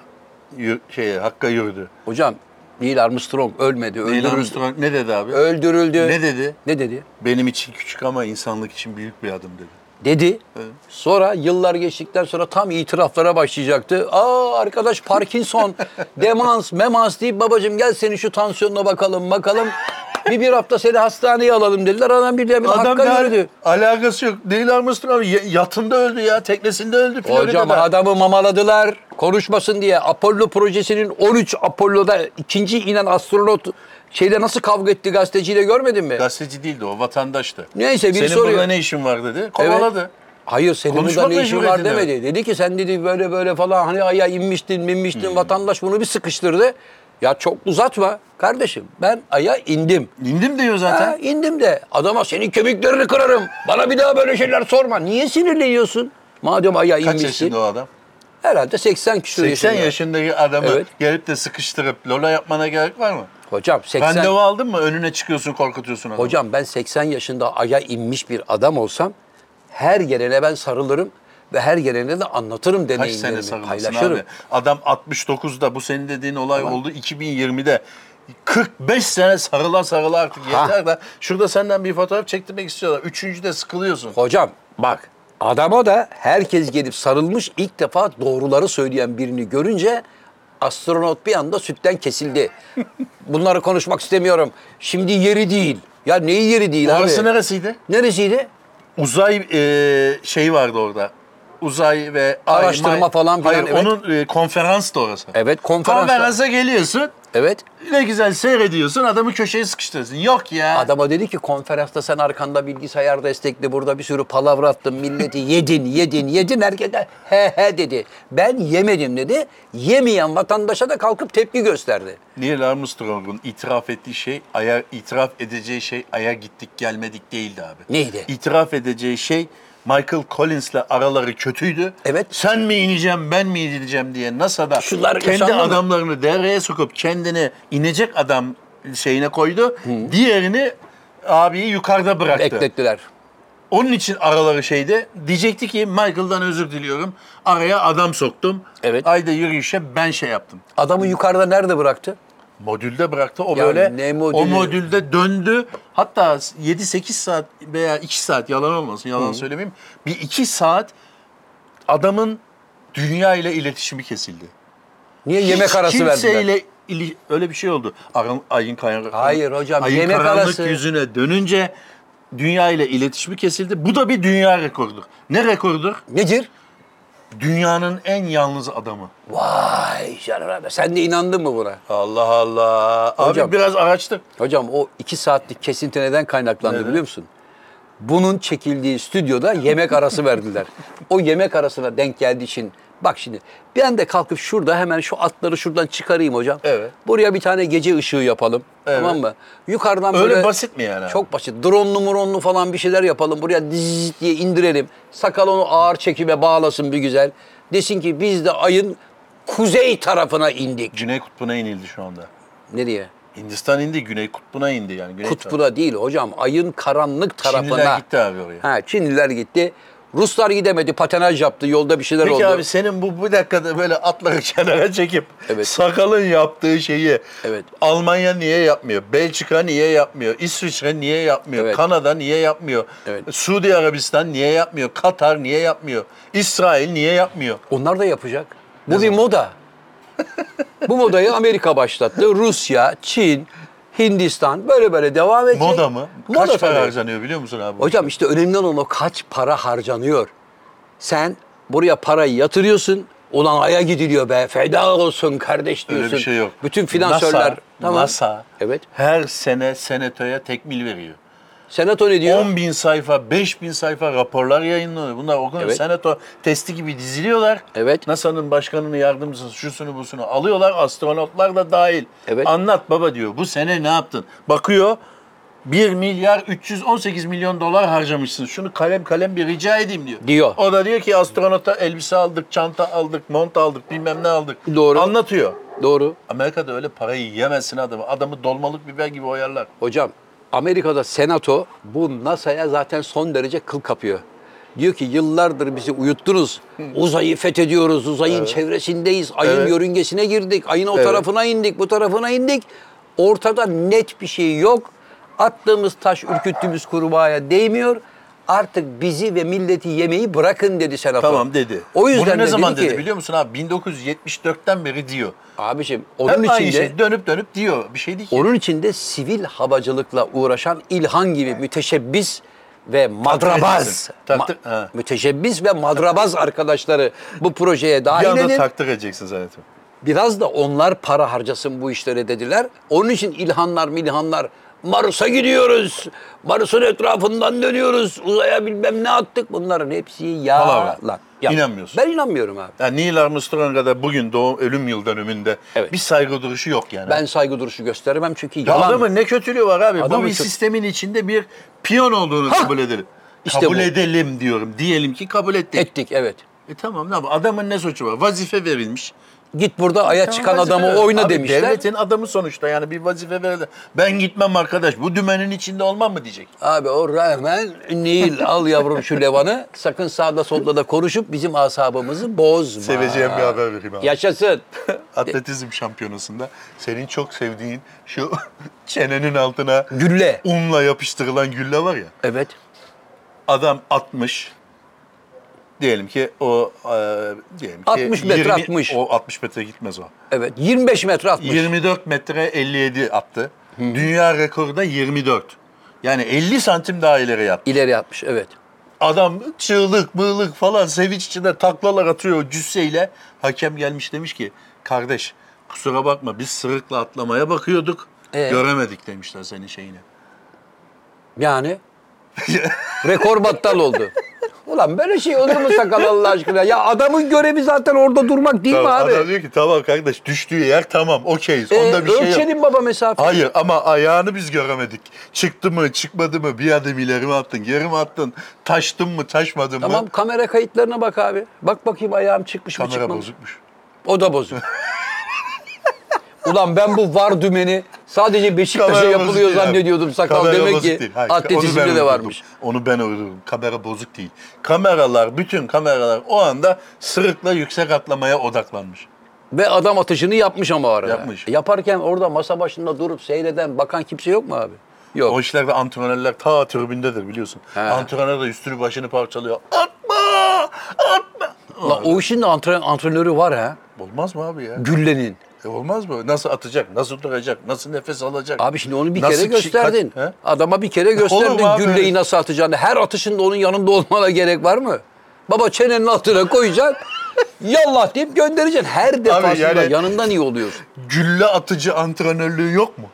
yür- şey Hakk'a yürüdü.
Hocam Neil Armstrong ölmedi.
Neil
Öldürüldü.
Armstrong ne dedi abi?
öldürüldü.
Ne dedi?
Ne dedi?
Benim için küçük ama insanlık için büyük bir adım dedi.
Dedi. Sonra yıllar geçtikten sonra tam itiraflara başlayacaktı. Aa arkadaş Parkinson, demans, memans deyip babacım gel senin şu tansiyonuna bakalım bakalım. Bir bir hafta seni hastaneye alalım dediler. Adam bir de
Adam
hakka
ne
yürüdü.
alakası yok. Neil Armstrong ya- yatında öldü ya, teknesinde öldü
Hocam
Florida'da.
adamı mamaladılar konuşmasın diye. Apollo projesinin 13 Apollo'da ikinci inen astronot şeyde nasıl kavga etti gazeteciyle görmedin mi?
Gazeteci değildi o, vatandaştı.
Neyse biri
Senin
soruyor.
burada ne işin var dedi. Kovaladı.
Hayır senin burada
Konuşmak
ne işin var
mecburiyetinde.
demedi. Dedi ki sen dedi böyle böyle falan hani aya inmiştin
Hmm.
minmiştin vatandaş bunu bir sıkıştırdı. Ya çok uzatma kardeşim ben aya indim.
İndim diyor zaten.
Ha, indim de adama senin kemiklerini kırarım. Bana bir daha böyle şeyler sorma. Niye sinirleniyorsun? Madem aya
Kaç
inmişsin.
yaşında o adam?
Herhalde 80 küsur
80
yaşında.
yaşındaki adamı
Evet.
gelip de sıkıştırıp lola yapmana gerek var mı?
Hocam 80
Randevu aldın mı önüne çıkıyorsun korkutuyorsun adamı.
Hocam ben 80 yaşında aya inmiş bir adam olsam her gelene ben sarılırım ve her gelene de anlatırım
Kaç sene
deneyimlerimi
sarılmışsın
paylaşırım.
abi? Adam 69'da bu senin dediğin olay oldu 2020'de. 45 sene sarıla sarıla artık
Ha.
yeter de şurada senden bir fotoğraf çektirmek istiyorlar. Üçüncüde sıkılıyorsun.
Hocam bak adama da herkes gelip sarılmış ilk defa doğruları söyleyen birini görünce astronot bir anda sütten kesildi. Bunları konuşmak istemiyorum. Şimdi yeri değil. Ya neyi yeri değil
Orası
abi?
neresiydi?
Neresiydi?
Uzay e, şeyi vardı orada. Uzay ve ay,
Araştırma
may-
falan filan,
Hayır
evet.
onun e, konferans da orası.
Evet konferansta.
Konferansa geliyorsun.
Evet.
Ne güzel seyrediyorsun adamı köşeye sıkıştırıyorsun. Yok ya.
Adama dedi ki konferansta sen arkanda bilgisayar destekli burada bir sürü palavra attın milleti yedin yedin yedin herkes de he he dedi. Ben yemedim dedi. Yemeyen vatandaşa da kalkıp tepki gösterdi.
Neil Armstrong'un itiraf ettiği şey, aya, itiraf edeceği şey aya gittik gelmedik değildi abi.
Neydi?
İtiraf edeceği şey Michael Collins'le araları kötüydü.
Evet.
Sen mi ineceğim ben mi ineceğim diye NASA'da
Şunlar
kendi
yaşandı mı?
adamlarını devreye sokup kendini inecek adam şeyine koydu. Diğerini abiyi yukarıda bıraktı.
Beklettiler.
Onun için araları şeydi. Diyecekti ki Michael'dan özür diliyorum. Araya adam soktum.
Evet.
Ayda yürüyüşe ben şey yaptım.
Adamı yukarıda nerede bıraktı?
Modülde bıraktı. O
Ya
böyle
ne
o
modülü?
modülde döndü. Hatta 7-8 saat veya 2 saat yalan olmasın yalan söylemeyeyim. Bir 2 saat adamın dünya ile iletişimi kesildi.
Niye yemek
Hiç
arası verdiler?
kimseyle ili- öyle bir şey oldu. Aran- ayın karanlık.
Hayır hocam,
ayın
yemek
karanlık
arası.
yüzüne dönünce dünya ile iletişimi kesildi. Bu da bir dünya rekorudur. Ne rekorudur?
Nedir?
Dünyanın en yalnız adamı.
Vay canına be. Sen de inandın mı buna?
Allah Allah.
Hocam.
Abi biraz araştır.
Hocam o iki saatlik kesinti neden kaynaklandı biliyor musun? Bunun çekildiği stüdyoda yemek arası verdiler. O yemek arasına denk geldiği için Bak şimdi ben de kalkıp şurada hemen şu atları şuradan çıkarayım hocam.
Evet.
Buraya bir tane gece ışığı yapalım. Tamam mı? Yukarıdan
Öyle
böyle-
basit mi yani abi?
Çok basit. Drone'lu muronlu falan bir şeyler yapalım. Buraya diz diye indirelim. Sakal onu ağır çekime bağlasın bir güzel. Desin ki biz de ayın kuzey tarafına indik.
Güney Kutbu'na inildi şu anda.
Nereye?
Hindistan indi, Güney Kutbu'na indi yani. Güney tarafı.
Kutbuna değil hocam. Ayın karanlık tarafına.
Çinliler gitti abi oraya.
Ha, Çinliler gitti. Ruslar gidemedi. Patenaj yaptı. Yolda bir şeyler
Peki
oldu.
abi senin bu bir dakikada böyle atları kenara çekip
Evet.
sakalın yaptığı şeyi
Evet.
Almanya niye yapmıyor? Belçika niye yapmıyor? İsviçre niye yapmıyor?
Evet.
Kanada niye yapmıyor?
Evet.
Suudi Arabistan niye yapmıyor? Katar niye yapmıyor? İsrail niye yapmıyor?
Onlar da yapacak. Bu bir moda. Bu modayı Amerika başlattı. Rusya, Çin, Hindistan böyle böyle devam edecek.
Moda mı?
Moda
Kaç para
tabii.
harcanıyor biliyor musun abi?
Hocam işte önemli olan o kaç para harcanıyor. Sen buraya parayı yatırıyorsun. Ulan aya gidiliyor be. Feda olsun kardeş diyorsun.
Öyle bir şey yok.
Bütün finansörler.
NASA, NASA
Evet.
her sene senatoya tekmil veriyor.
Senato ne diyor?
10 bin sayfa, 5 bin sayfa raporlar yayınlanıyor. Bunlar o kadar
Evet.
senato testi gibi diziliyorlar.
Evet.
NASA'nın başkanını, yardımcısını, şusunu busunu alıyorlar. Astronotlar da dahil.
Evet.
Anlat baba diyor. Bu sene ne yaptın? Bakıyor. 1 milyar 318 milyon dolar harcamışsın. Şunu kalem kalem bir rica edeyim diyor.
Diyor.
O da diyor ki astronota elbise aldık, çanta aldık, mont aldık, bilmem ne aldık.
Doğru.
Anlatıyor.
Doğru.
Amerika'da öyle parayı yemezsin adamı. Adamı dolmalık biber gibi oyarlar.
Hocam Amerika'da senato bu NASA'ya zaten son derece kıl kapıyor. Diyor ki yıllardır bizi uyuttunuz. Uzayı fethediyoruz, uzayın çevresindeyiz, ayın
Evet.
yörüngesine girdik, ayın o
Evet.
tarafına indik, bu tarafına indik. Ortada net bir şey yok. Attığımız taş ürküttüğümüz kurbağaya değmiyor. Artık bizi ve milleti yemeği bırakın dedi senato.
Tamam dedi.
O yüzden
Bunu
de
ne zaman
dedi,
dedi,
ki,
biliyor musun abi? 1974'ten beri diyor.
Abiciğim
Onun
onun
Hep aynı
için de
şey dönüp dönüp diyor. Bir şey değil ki.
Onun için de sivil havacılıkla uğraşan İlhan gibi müteşebbis ve madrabaz,
edeceksin. Takdir-
ma-
ha.
müteşebbis ve madrabaz arkadaşları bu projeye
bir
dahil
anda
edin.
takdir edeceksin zannettim.
Biraz da onlar para harcasın bu işlere dediler. Onun için İlhanlar milhanlar Mars'a gidiyoruz, Mars'ın etrafından dönüyoruz, uzaya bilmem ne attık. Bunların hepsi yalan.
Palavra.
Ya-
İnanmıyorsun.
Ben inanmıyorum abi.
Yani Neil Armstrong'a kadar bugün doğum ölüm yıl dönümünde
Evet.
bir saygı duruşu yok yani.
Ben saygı duruşu gösteremem çünkü
ya
yalan.
adamın ne kötülüğü var abi?
Adamın
Bu bir
kö-
sistemin içinde bir piyon olduğunu
Ha!
kabul edelim.
İşte
kabul
bu.
edelim diyorum. Diyelim ki kabul ettik.
Ettik evet.
E tamam ne yapalım? Adamın ne suçu var? Vazife verilmiş.
Git burada aya
Tamam,
çıkan
vazife
adamı
verilmiş.
oyna
Abi
demişler.
Devletin adamı sonuçta yani bir vazife verildi. Ben gitmem arkadaş. Bu dümenin içinde olmam mı diyecek?
Abi o rağmen Nil al yavrum şu Levan'ı. Sakın sağda solda da konuşup bizim asabımızı bozma.
Seveceğim bir haber vereyim abi.
Yaşasın.
Atletizm şampiyonasında senin çok sevdiğin şu çenenin altına
Gülle.
unla yapıştırılan gülle var ya.
Evet.
Adam 60 diyelim ki o e, diyelim ki
60 metre atmış.
O 60 metre gitmez o.
Evet. 25 metre atmış.
24 metre 57 attı. Dünya rekoru da 24. Yani 50 santim daha ileri yaptı.
İleri atmış. Evet.
Adam çığlık mığlık falan sevinç içinde taklalar atıyor cüsseyle. Hakem gelmiş demiş ki kardeş kusura bakma biz sırıkla atlamaya bakıyorduk.
Ee?
Göremedik demişler senin şeyini.
Yani rekor battal oldu. Ulan böyle şey olur mu sakal Allah aşkına? Ya adamın görevi zaten orada durmak değil mi abi?
Adam diyor ki tamam kardeş düştüğü yer tamam okeyiz
Ee,
onda bir şey yok.
ölçelim baba mesafe.
Hayır ama ayağını biz göremedik. Çıktı mı çıkmadı mı bir adım ileri mi attın geri mi attın taştın mı taşmadın
Tamam
mı?
kamera kayıtlarına bak abi. Bak bakayım ayağım çıkmış mı
Kamera
çıkmamış. mı?
bozukmuş.
O da bozuk. Ulan ben bu var dümeni sadece Beşiktaş'a
Kamera bozuk
yapılıyor
değil abi.
zannediyordum sakal.
Kamera
Demek
bozuk
ki
değil. Hayır, onu ben
atletizmde de
uydurdum.
varmış.
Onu ben uydurdum. Kamera bozuk değil. Kameralar, bütün kameralar o anda sırıkla yüksek atlamaya odaklanmış.
Ve adam atışını yapmış ama o arada. E,
Yapmış.
Yaparken orada masa başında durup seyreden bakan kimse yok mu abi? Yok.
O işlerde antrenörler ta tribündedir biliyorsun.
He.
Antrenör de üstünü başını parçalıyor. Atma! Atma!
Lan o işin de antren- antrenörü var ha.
Olmaz mı abi ya?
Güllenin.
E olmaz mı? Nasıl atacak? Nasıl duracak? Nasıl nefes alacak?
Abi şimdi onu bir
Nasıl
kere
ki-
gösterdin.
He?
Adama bir kere
Olur
gösterdin
mu abi?
gülleyi nasıl atacağını. Her atışında onun yanında olmana gerek var mı? Baba çenenin altına koyacaksın. Yallah deyip göndereceksin. Her defasında
yani-
yanından iyi oluyorsun.
Gülle atıcı antrenörlüğü yok mu?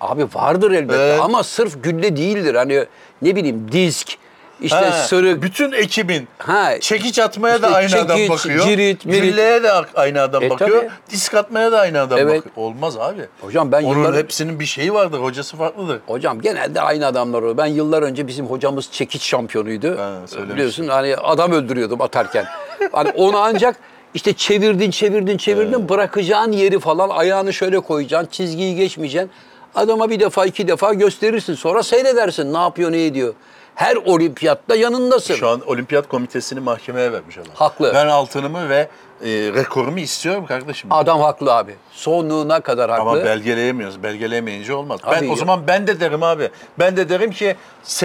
Abi vardır elbette
Evet.
ama sırf gülle değildir. Hani ne bileyim disk, işte
Ha,
sörük.
Bütün ekibin
Ha.
çekiç atmaya
İşte
da aynı adam
çekiç,
bakıyor.
cirit, mirit.
Gülleye de aynı adam
E,
bakıyor.
tabii.
Disk atmaya da aynı adam
Evet.
bakıyor. Olmaz abi.
Hocam ben
Onun
yıllar-
hepsinin bir şeyi vardır. Hocası farklıdır.
Hocam genelde aynı adamlar oluyor. Ben yıllar önce bizim hocamız çekiç şampiyonuydu.
Ha, söylemiştin.
Biliyorsun hani adam öldürüyordum atarken. hani onu ancak işte çevirdin çevirdin çevirdin bırakacağın yeri falan ayağını şöyle koyacaksın çizgiyi geçmeyeceksin. Adama bir defa iki defa gösterirsin sonra seyredersin ne yapıyor ne ediyor. Her olimpiyatta yanındasın.
Şu an olimpiyat komitesini mahkemeye vermiş adam.
Haklı.
Ben altınımı ve e, rekorumu istiyorum kardeşim.
Adam haklı abi. Sonuna kadar haklı.
Ama belgeleyemiyoruz. Belgeleyemeyince olmaz.
Abi
ben
ya-
o zaman ben de derim abi. Ben de derim ki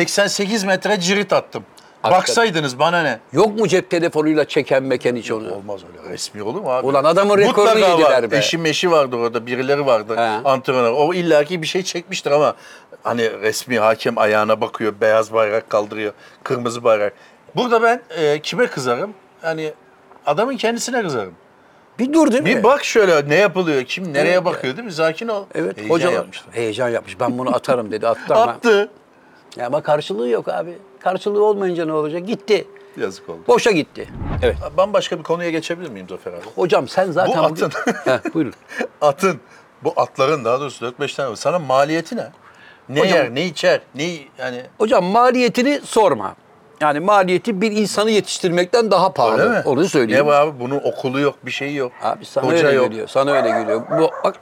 88 metre cirit attım.
Hakikaten.
Baksaydınız bana ne?
Yok mu cep telefonuyla çeken meken hiç onu?
Olmaz öyle. Resmi olur mu abi?
Ulan adamın rekorunu
Mutlaka
yediler
var.
be.
Eşi meşi vardı orada. Birileri vardı.
He.
Antrenör. O illaki bir şey çekmiştir ama hani resmi hakem ayağına bakıyor. Beyaz bayrak kaldırıyor. Kırmızı bayrak. Burada ben e, kime kızarım? Hani adamın kendisine kızarım.
Bir dur değil mi?
Bir bak şöyle ne yapılıyor, kim nereye
Evet.
bakıyor değil mi? Sakin ol.
Evet
Heyecan
hocalar
yapmışlar.
heyecan yapmış. Ben bunu atarım dedi. Attı ama.
Attı.
Ya ama karşılığı yok abi. Karşılığı olmayınca ne olacak? Gitti.
Yazık oldu.
Boşa gitti. Evet.
Bambaşka bir konuya geçebilir miyim Zafer abi?
Hocam sen zaten...
Bu atın.
Heh, buyurun.
Atın, bu atların daha doğrusu 4-5 tane var. Sana maliyeti ne? Ne
Hocam-
yer, ne içer, ne yani
Hocam maliyetini sorma. Yani maliyeti bir insanı yetiştirmekten daha pahalı.
öyle mi?
Onu söyleyeyim.
Ne var abi bunun okulu yok, bir şeyi yok.
Abi sana
Hoca
öyle
yok.
geliyor. Sana öyle geliyor. Bu, bak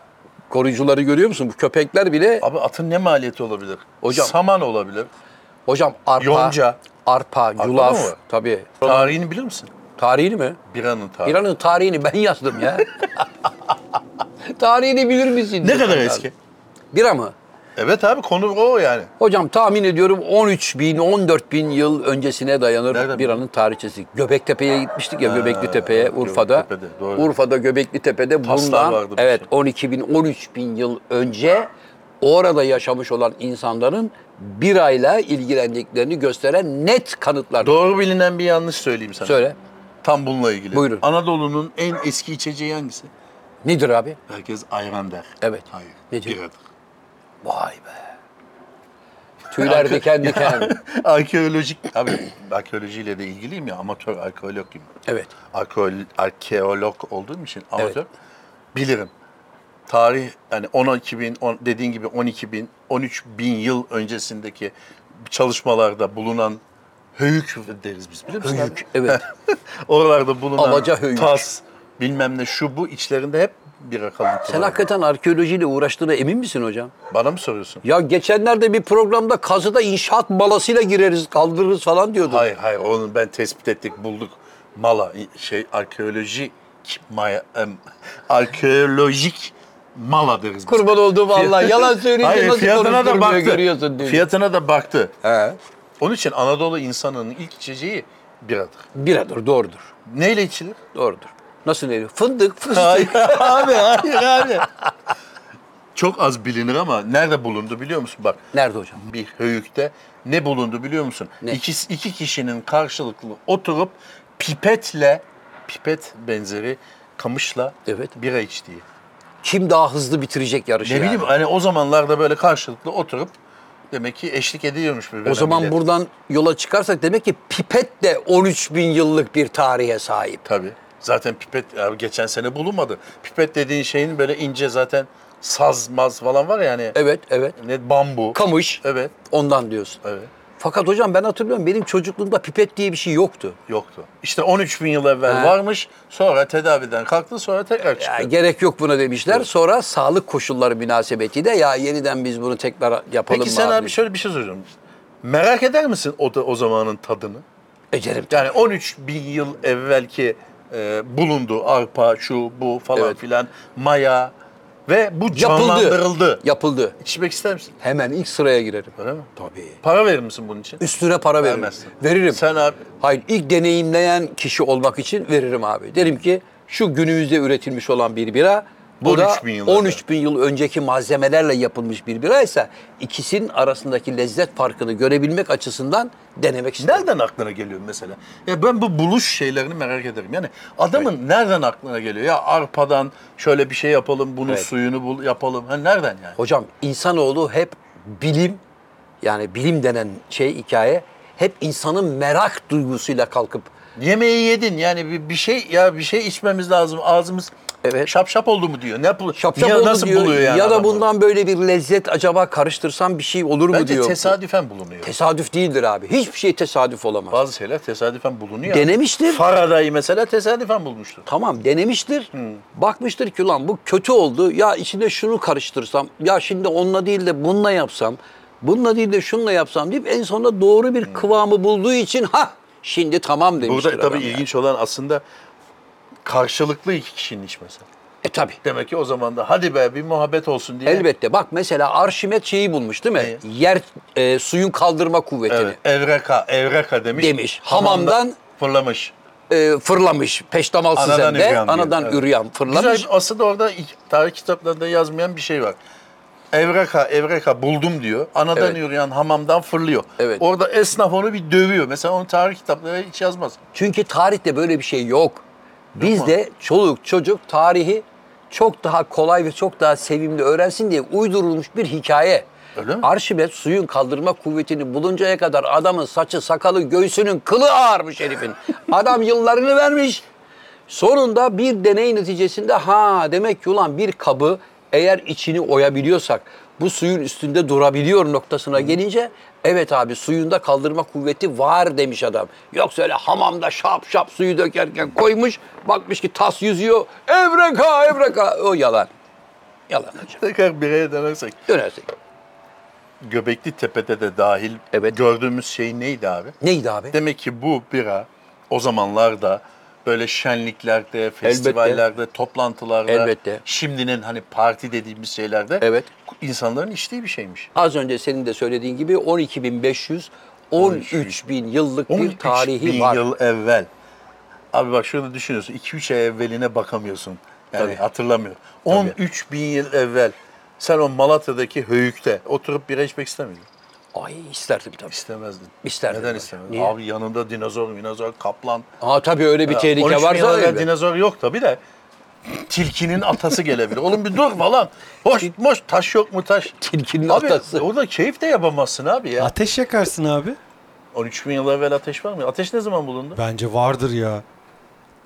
koruyucuları görüyor musun? Bu köpekler bile...
Abi atın ne maliyeti olabilir?
Hocam-
Saman olabilir.
Hocam arpa,
Yonca.
arpa,
mı
yulaf.
var?
Tabii.
Tarihini bilir misin?
Tarihini mi?
Biranın tarihi.
İran'ın tarihini ben yazdım ya. tarihini bilir misin?
Ne kadar eski?
Bira mı?
Evet abi konu o yani.
Hocam tahmin ediyorum 13 bin, 14 bin yıl öncesine dayanır
Nereden
biranın tarihçesi. Göbektepe'ye gitmiştik ya Göbekli Tepe'ye Urfa'da.
Göbektepe'de, doğru.
Urfa'da Göbekli Tepe'de
Taslar
bundan
vardı bir
evet
şey.
12 bin, 13 bin yıl önce orada yaşamış olan insanların birayla ilgilendiklerini gösteren net kanıtlar.
Doğru bilinen bir yanlış söyleyeyim sana.
Söyle.
Tam bununla ilgili.
Buyurun.
Anadolu'nun en eski içeceği hangisi?
Nedir abi?
Herkes ayran der.
Evet.
Hayır.
Ne diyor?
biradır.
Vay be. Tüyler diken diken.
Arkeolojik, abi arkeolojiyle de ilgiliyim ya amatör arkeologum.
Evet.
Arkeol, arkeolog olduğum için amatör bilirim. Tarih yani 12 bin, on- dediğin gibi 12 bin, 13 bin yıl öncesindeki çalışmalarda bulunan höyük deriz biz bilir misin?
Höyük,
abi?
evet.
Oralarda bulunan
Alaca höyük.
tas, bilmem ne şu bu içlerinde hep bir kalıntı
Sen
var.
hakikaten arkeolojiyle uğraştığına emin misin hocam?
Bana mı soruyorsun?
Ya geçenlerde bir programda kazıda inşaat balasıyla gireriz, kaldırırız falan diyordu.
Hayır hayır onu ben tespit ettik bulduk. Mala şey arkeoloji maya, em, arkeolojik mala deriz. biz.
Kurban olduğum Allah. Yalan söyleyince
Hayır
nasıl
fiyatına da
konuşturmuyor
baktı.
görüyorsun diyor.
Fiyatına da baktı.
He.
Onun için Anadolu insanının ilk içeceği biradır.
Biradır, doğrudur.
Neyle içilir?
Doğrudur. Nasıl ne? Fındık, fıstık.
abi hayır abi. Çok az bilinir ama nerede bulundu biliyor musun? Bak
Nerede hocam?
bir höyükte ne bulundu biliyor musun?
Ne?
İki, iki kişinin karşılıklı oturup pipetle, pipet benzeri kamışla
Evet.
bira içtiği.
Kim daha hızlı bitirecek yarışı
Ne
yani?
bileyim hani o zamanlarda böyle karşılıklı oturup demek ki eşlik ediyormuş birbirine.
O zaman
millet.
buradan yola çıkarsak demek ki pipet de 13 bin yıllık bir tarihe sahip.
Tabii. Zaten pipet ya geçen sene bulunmadı. Pipet dediğin şeyin böyle ince zaten saz maz falan var ya hani.
Evet, evet.
Ne bambu.
Kamış.
Evet.
Ondan diyorsun.
Evet.
Fakat hocam ben hatırlıyorum benim çocukluğumda pipet diye bir şey yoktu.
Yoktu. İşte 13 bin yıl evvel
Ha.
varmış. Sonra tedaviden kalktı. Sonra tekrar çıktı.
Ya gerek yok buna demişler. Sonra sağlık koşulları münasebetiyle ya yeniden biz bunu tekrar yapalım
Peki sen
mı
abi şöyle bir şey soracağım. Merak eder misin o, da, o zamanın tadını?
Ecerim.
Yani 13 bin yıl evvelki e, bulundu arpa, şu, bu falan
Evet.
filan, maya ve bu canlandırıldı.
Yapıldı. Yapıldı.
İçmek ister misin?
Hemen ilk sıraya girerim.
Öyle mi?
Tabii.
Para verir misin bunun için?
Üstüne para veririm.
Vermezsin.
Veririm.
Sen abi
Hayır ilk deneyimleyen kişi olmak için veririm abi. Derim ki şu günümüzde üretilmiş olan bir bira bu
13
da
bin yıl
13 bin yıl önceki malzemelerle yapılmış bir bira ise ikisinin arasındaki lezzet farkını görebilmek açısından denemek isterim.
nereden aklına geliyor mesela? Ya ben bu buluş şeylerini merak ederim. Yani adamın nereden aklına geliyor? Ya arpadan şöyle bir şey yapalım, bunun
Evet.
suyunu bul yapalım. Ha, nereden yani?
Hocam insanoğlu hep bilim yani bilim denen şey hikaye hep insanın merak duygusuyla kalkıp
Yemeği yedin yani bir, bir şey ya bir şey içmemiz lazım. Ağzımız
Evet.
şap şap oldu mu diyor. Ne yapıl-
şapşap
Niye-
oldu
nasıl
diyor.
buluyor yani?
ya da
adam bunu?
bundan böyle bir lezzet acaba karıştırsam bir şey olur mu
Bence
diyor.
tesadüfen bulunuyor.
Tesadüf değildir abi. Hiçbir şey tesadüf olamaz.
Bazı şeyler tesadüfen bulunuyor.
Denemiştir.
Faradayı mesela tesadüfen bulmuştu.
Tamam denemiştir.
Hmm.
Bakmıştır ki lan bu kötü oldu. Ya içine şunu karıştırsam, ya şimdi onunla değil de bununla yapsam, bununla değil de şununla yapsam deyip en sonunda doğru bir kıvamı bulduğu için ha şimdi tamam demiştir.
Hmm. Burada tabii
adam yani.
ilginç olan aslında karşılıklı iki kişinin içmesi.
E tabii.
Demek ki o zaman da hadi be bir muhabbet olsun diye.
Elbette. Bak mesela Arşimet şeyi bulmuş değil mi?
Neyi?
Yer e, suyun kaldırma kuvvetini.
Evet, evreka, evreka demiş.
Demiş.
Hamamda
Hamamdan-
fırlamış.
E, fırlamış. Peştemal
Anadan
sizende.
üreyen diyor.
Anadan
Evet.
üreyen fırlamış.
Güzel, aslında orada ilk- tarih kitaplarında yazmayan bir şey var. Evreka, evreka buldum diyor. Anadan
Evet.
yürüyen hamamdan fırlıyor.
Evet.
Orada esnaf onu bir dövüyor. Mesela onu tarih kitapları hiç yazmaz.
Çünkü tarihte böyle bir şey yok.
mu?
Bizde çoluk çocuk tarihi çok daha kolay ve çok daha sevimli öğrensin diye uydurulmuş bir hikaye.
Öyle mi?
Arşimet suyun kaldırma kuvvetini buluncaya kadar adamın saçı, sakalı, göğsünün kılı ağarmış herifin. Adam yıllarını vermiş. Sonunda bir deney neticesinde ha demek ki ulan bir kabı eğer içini oyabiliyorsak bu suyun üstünde durabiliyor noktasına gelince evet abi suyunda kaldırma kuvveti var demiş adam. Yoksa öyle hamamda şap şap suyu dökerken koymuş bakmış ki tas yüzüyor evreka evreka o yalan. Yalan hocam.
Tekrar bireye dönersek.
Dönersek.
Göbekli Tepe'de de dahil
Evet.
gördüğümüz şey neydi abi?
Neydi abi?
Demek ki bu bira o zamanlarda böyle şenliklerde, festivallerde, toplantılarda,
Elbette.
şimdinin hani parti dediğimiz şeylerde
Evet.
insanların içtiği bir şeymiş.
Az önce senin de söylediğin gibi 12.500 13.000 yıllık bir
13
tarihi
bin
var.
yıl evvel. Abi bak şunu düşünüyorsun. 2-3 ay evveline bakamıyorsun. Yani
Tabii.
hatırlamıyor. 13 bin yıl evvel sen o Malatya'daki höyükte oturup bira içmek istemiyorsun.
Ay isterdim tabii.
İstemezdin.
İsterdim
Neden
hocam.
istemedin?
Niye?
Abi yanında dinozor, minozor, kaplan.
Aa tabii öyle bir tehlike
13 bin yıl
varsa
evvel
elbet.
dinozor yok tabii de. Tilkinin atası gelebilir. Oğlum bir dur falan. Hoş, hoş taş yok mu taş?
Tilkinin
abi,
atası.
Orada keyif de yapamazsın abi ya.
Ateş yakarsın abi.
13 bin yıl evvel ateş var mı? Ateş ne zaman bulundu?
Bence vardır ya.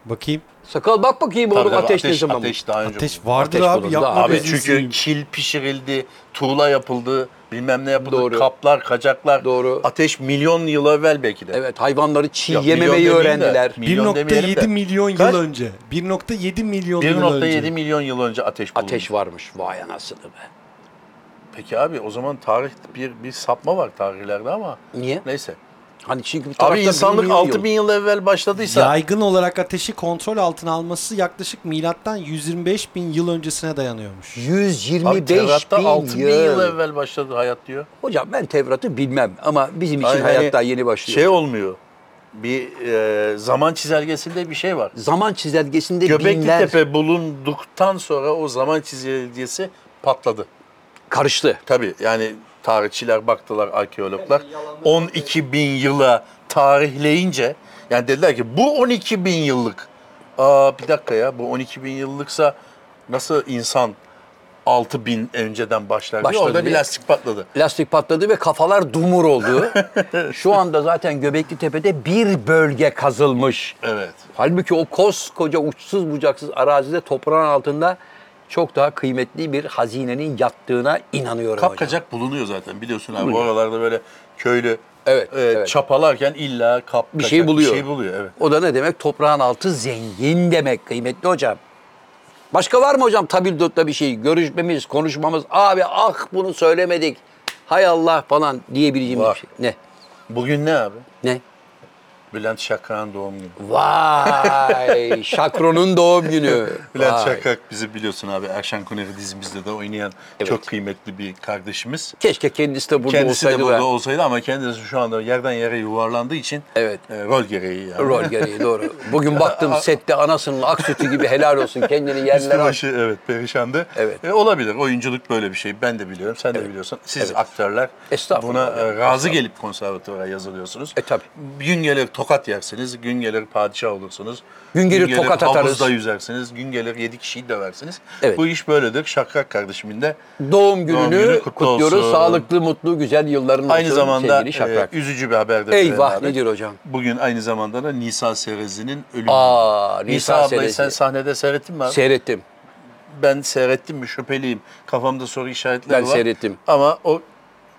Bakayım.
Sakal bak bakayım
Tabii
oğlum
tabii,
ateş, ne zaman?
Ateş daha önce
Ateş
bulundu.
vardır
Ateş
abi.
bulundu.
Yapma
Abi
Abi
gözünü
çünkü
seveyim.
kil pişirildi, tuğla yapıldı, bilmem ne yapıldı,
Doğru.
kaplar, kacaklar.
Doğru.
Ateş milyon yıl evvel belki de.
Evet hayvanları çiğ
Ya, milyon
yememeyi
demeyeyim de,
öğrendiler.
milyon demeyelim de.
1.7 milyon yıl
Kaç?
önce. 1.7 milyon yıl önce.
1.7 milyon yıl önce ateş bulundu.
Ateş varmış vay anasını be.
Peki abi o zaman tarih bir bir sapma var tarihlerde ama.
Niye?
Neyse.
Hani çünkü bir tarafta
Abi
bir
insanlık
milyon
6000 yıl evvel başladıysa
Yaygın olarak ateşi kontrol altına alması yaklaşık milattan 125 bin yıl öncesine dayanıyormuş.
yıl. 125
abi Tevrat'ta
bin
6000
yıl.
yıl. evvel başladı hayat diyor.
Hocam ben Tevrat'ı bilmem ama bizim için
Hayır,
şey hayat
hani
daha yeni başlıyor.
Şey olmuyor. Bir e, zaman çizelgesinde bir şey var.
Zaman çizelgesinde
Göbekli
binler
Tepe bulunduktan sonra o zaman çizelgesi patladı.
karıştı.
Tabii yani tarihçiler baktılar, arkeologlar 12 bin yıla tarihleyince yani dediler ki bu 12 bin yıllık. Aa bir dakika ya bu 12 bin yıllıksa nasıl insan 6 bin önceden başlar diye
Başladı
orada bir
diye.
lastik patladı.
Lastik patladı ve kafalar dumur oldu. Şu anda zaten Göbekli Tepe'de bir bölge kazılmış.
Evet.
Halbuki o koskoca uçsuz bucaksız arazide toprağın altında çok daha kıymetli bir hazinenin yattığına inanıyorum hocam.
Kapkacak bulunuyor zaten biliyorsun abi. Bu oralarda böyle köylü
Evet,
e,
evet.
çapalarken illa kapkacak
Bir şey buluyor.
Bir şey buluyor evet.
O da ne demek? Toprağın altı zengin demek kıymetli hocam. Başka var mı hocam tabildot'ta bir şey? Görüşmemiz, konuşmamız. Abi ah bunu söylemedik. Hay Allah falan diyebileceğim bir
Var.
şey. Ne?
Bugün ne abi?
Ne?
Bülent Şakrak'ın doğum günü.
Vay! Şakro'nun doğum günü.
Bülent
Vay.
Şakrak bizi biliyorsun abi Erşen Kuneri dizimizde de oynayan çok kıymetli bir kardeşimiz.
Keşke kendisi de burada
Kendisi de
olsaydı.
burada
da
olsaydı ama kendisi şu anda yerden yere yuvarlandığı için
Evet.
e, rol gereği yani.
Rol gereği doğru. Bugün baktım sette anasının ak sütü gibi helal olsun kendini
Üstü
yerlere at.
başı evet perişandı.
Evet.
E, olabilir. Oyunculuk böyle bir şey. Ben de biliyorum. Sen de biliyorsun. Siz aktörler
Estağfurullah.
buna e, razı gelip konservatuvara yazılıyorsunuz.
E, tabii.
Gün gelir tokat yersiniz, gün gelir padişah olursunuz.
Gün gelir tokat
havuzda
atarız.
yüzersiniz, gün gelir yedi kişiyi döversiniz.
Evet.
Bu iş böyledir. Şakrak kardeşimin de
Doğum gününü
Doğum günü kutlu
kutluyoruz.
olsun.
Sağlıklı, mutlu, güzel yılların
aynı
olsun
zamanda
sevgili şey Şakrak.
e, üzücü bir haber de verelim
Eyvah
abi.
nedir hocam?
Bugün aynı zamanda da Nisa Serezi'nin ölümü.
Aa, Nisa
Nisa, ablayı
Serezi.
sen sahnede seyrettin mi abi?
Seyrettim.
ben seyrettim mi şüpheliyim. Kafamda soru işaretleri
Ben
var.
seyrettim.
Ama o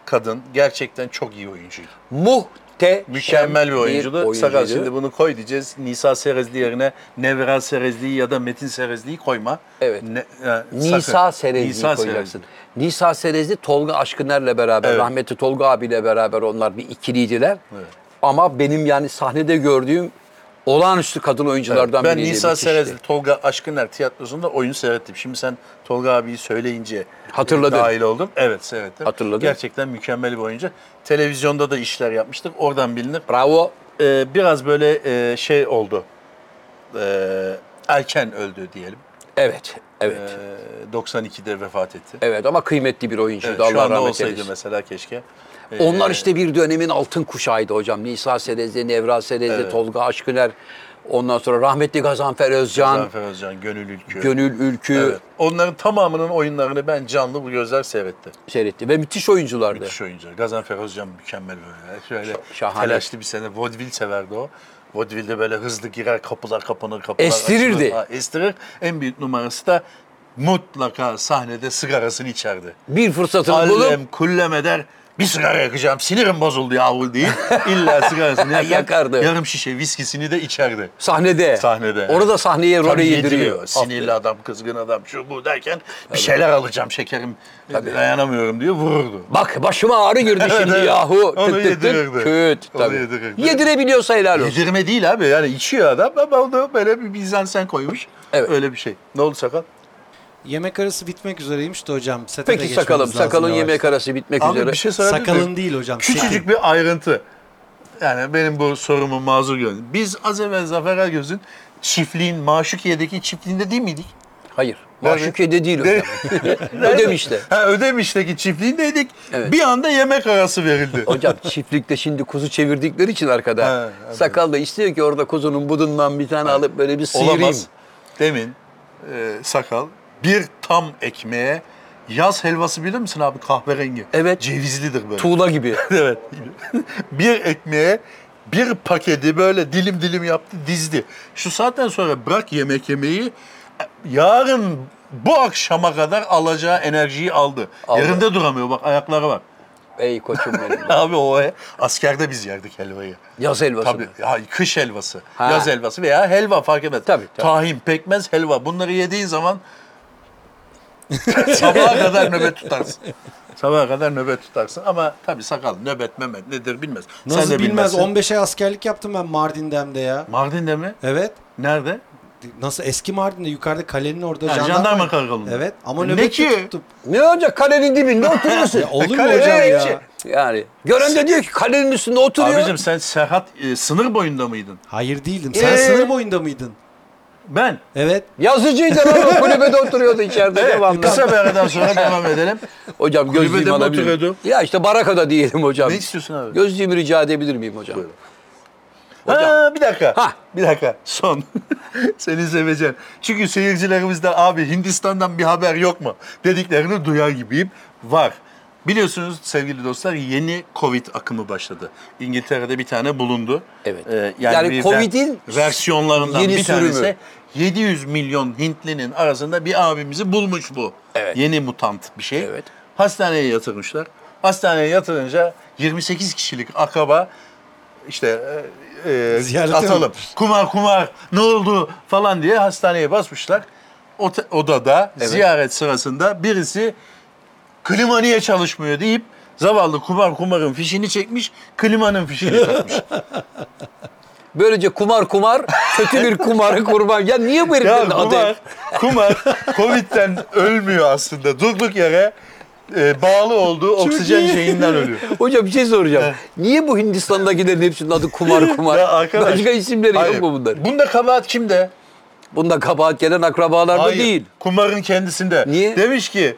kadın gerçekten çok iyi oyuncuydu.
Muhteşem
Mükemmel bir oyuncuydu. Sakal
oyuncuydu.
şimdi bunu koy diyeceğiz. Nisa Serezli yerine Nevra Serezli'yi ya da Metin Serezli'yi koyma.
Evet.
Ne- e, sakın.
Nisa Serezli'yi
Nisa
koyacaksın. Nisa Serezli Tolga Aşkıner'le beraber,
Evet.
rahmetli Tolga abiyle beraber onlar bir ikiliydiler. Ama benim yani sahnede gördüğüm olağanüstü kadın oyunculardan
Ben
biriydi.
Nisa
müthişti.
Serezli, Tolga Aşkıner tiyatrosunda oyun seyrettim. Şimdi sen Tolga abiyi söyleyince
Hatırladın.
e, dahil oldum. Evet seyrettim.
Hatırladın.
Gerçekten mükemmel bir oyuncu. Televizyonda da işler yapmıştık. Oradan bilinir.
Bravo.
e, biraz böyle e, şey oldu. E, erken öldü diyelim.
Evet, evet.
E, 92'de vefat etti.
Evet ama kıymetli bir oyuncuydu.
Evet, şu
Allah
anda
rahmet
olsaydı
eylesin.
mesela keşke. E,
Onlar işte bir dönemin altın kuşağıydı hocam. Nisa Serezli, Nevra Serezli, Tolga Aşkıner. Ondan sonra rahmetli Gazanfer Özcan,
Zafer Özcan, Gönül Ülkü.
Gönül Ülkü
Evet. Onların tamamının oyunlarını ben canlı bu gözler seyretti.
seyretti. Ve müthiş oyunculardı.
Müthiş oyuncu. Gazanfer Özcan mükemmel böyle. Şöyle
şahane.
telaşlı bir sene. Vaudeville severdi o. Vaudeville'de böyle hızlı girer kapılar kapanır kapılar
Estirirdi.
açılır. Ha, estirir. En büyük numarası da mutlaka sahnede sigarasını içerdi.
Bir fırsatını bulup
Allem kullem eder. Bir sigara yakacağım. Sinirim bozuldu yahu deyip illa sigarasını yakar,
Yakardı.
Yarım şişe viskisini de içerdi.
sahnede.
Sahnede.
Orada sahneye role
Tabii
yediriyor.
Sinirli adam, kızgın adam, şu bu derken bir şeyler alacağım şekerim. Dayanamıyorum diyor vururdu.
Bak başıma ağrı girdi
Evet,
şimdi
evet.
yahu.
Onu
Tık tık tık.
yedirirdi.
Küt.
Onu
Tabii.
yedirirdi.
Yedirebiliyorsa helal olsun.
Yedirme değil abi yani içiyor adam ama o da böyle bir bizansen koymuş.
Evet.
Öyle bir şey. Ne oldu sakal?
Yemek arası bitmek üzereymiş de hocam. Sete de
Peki
geçmemiz
sakalım.
lazım
Sakalın
yavaş.
yemek arası bitmek
Abi
üzere.
bir şey sorabilir miyim?
Sakalın değil hocam. setin.
Küçücük bir ayrıntı. Yani benim bu sorumu mazur görün. Biz az evvel Zafer Ergöz'ün çiftliğin, Maşukiye'deki çiftliğinde değil miydik?
Hayır.
Nerede?
Maşukiye'de değil
Ne-
hocam. Ödemiş'te.
Ha, Ödemiş'teki çiftliğindeydik. Bir anda yemek arası verildi.
Hocam çiftlikte şimdi kuzu çevirdikleri için arkada.
He, evet.
sakal da istiyor ki orada kuzunun budundan bir tane alıp böyle bir sıyırayım.
Olamaz. Demin e, sakal bir tam ekmeğe yaz helvası bilir misin abi kahverengi?
Evet.
Cevizlidir böyle.
Tuğla gibi.
evet. bir ekmeğe bir paketi böyle dilim dilim yaptı dizdi. Şu saatten sonra bırak yemek yemeyi yarın bu akşama kadar alacağı enerjiyi aldı.
Aldı.
Yerinde duramıyor bak ayakları var.
Ey koçum benim.
Abi o askerde biz yerdik helvayı.
Yaz helvası.
Tabii. Ya, kış helvası,
Ha.
yaz helvası veya helva fark etmez.
Tabii, tabii.
Tahin, pekmez, helva. Bunları yediğin zaman sabaha kadar nöbet tutarsın. Sabaha kadar nöbet tutarsın ama tabii sakal nöbet memet nedir bilmez.
Nasıl
de
bilmez?
bilmezsin.
15'e askerlik yaptım ben Mardin'demde ya.
Mardin'de mi?
Evet.
Nerede?
Nasıl eski Mardin'de yukarıda kalenin orada
Ha, jandarma, karakolunda.
Evet ama
Ne
nöbetçi
ki?
tuttum.
Ne olacak kalenin dibinde oturuyorsun.
Ya olur mu
Kale-
hocam
Ee,
ya?
şey-
Yani gören de diyor ki kalenin üstünde oturuyor.
Abicim sen Serhat e, sınır boyunda mıydın?
Hayır değildim. Sen
Ee?
sınır boyunda mıydın?
Ben.
Evet.
Yazıcıydı lan o kulübede oturuyordu içeride devamlı.
E, Kısa bir aradan sonra devam edelim.
Hocam
Kulübede
gözlüğümü
mi
alabilir miyim?
oturuyordu?
Ya işte barakada diyelim hocam.
Ne istiyorsun abi?
Gözlüğümü rica edebilir miyim hocam?
Ha, bir dakika.
Hah.
Bir dakika. Son. Seni seveceğim. Çünkü seyircilerimiz de abi Hindistan'dan bir haber yok mu? Dediklerini duyar gibiyim. Var. Biliyorsunuz sevgili dostlar yeni Covid akımı başladı. İngiltere'de bir tane bulundu. Ee,
Evet.
yani
Yani
bir ver-
Covid'in
versiyonlarından
yeni
bir tanesi
sürümü.
700 milyon Hintlinin arasında bir abimizi bulmuş bu.
Evet.
Yeni mutant bir şey.
Evet.
Hastaneye yatırmışlar. Hastaneye yatırınca 28 kişilik akaba işte e, e,
Ziyarete
atalım.
mi?
Kumar kumar ne oldu falan diye hastaneye basmışlar. Ote- odada ziyaret sırasında birisi klima niye çalışmıyor deyip zavallı kumar kumarın fişini çekmiş, klimanın fişini takmış.
Böylece kumar kumar kötü bir kumarı kurban. Ya niye bu
ya
heriflerin adı?
kumar,
hep-
kumar Covid'den ölmüyor aslında. Durduk yere e, bağlı olduğu oksijen
iyi.
şeyinden ölüyor.
Hocam bir şey soracağım. Niye bu Hindistan'dakilerin hepsinin adı kumar kumar?
Ya arkadaş,
Başka isimleri
Hayır.
yok mu bunların?
Bunda kabahat kimde?
Bunda kabahat gelen akrabalarda
Hayır,
değil.
Kumarın kendisinde.
Niye?
Demiş ki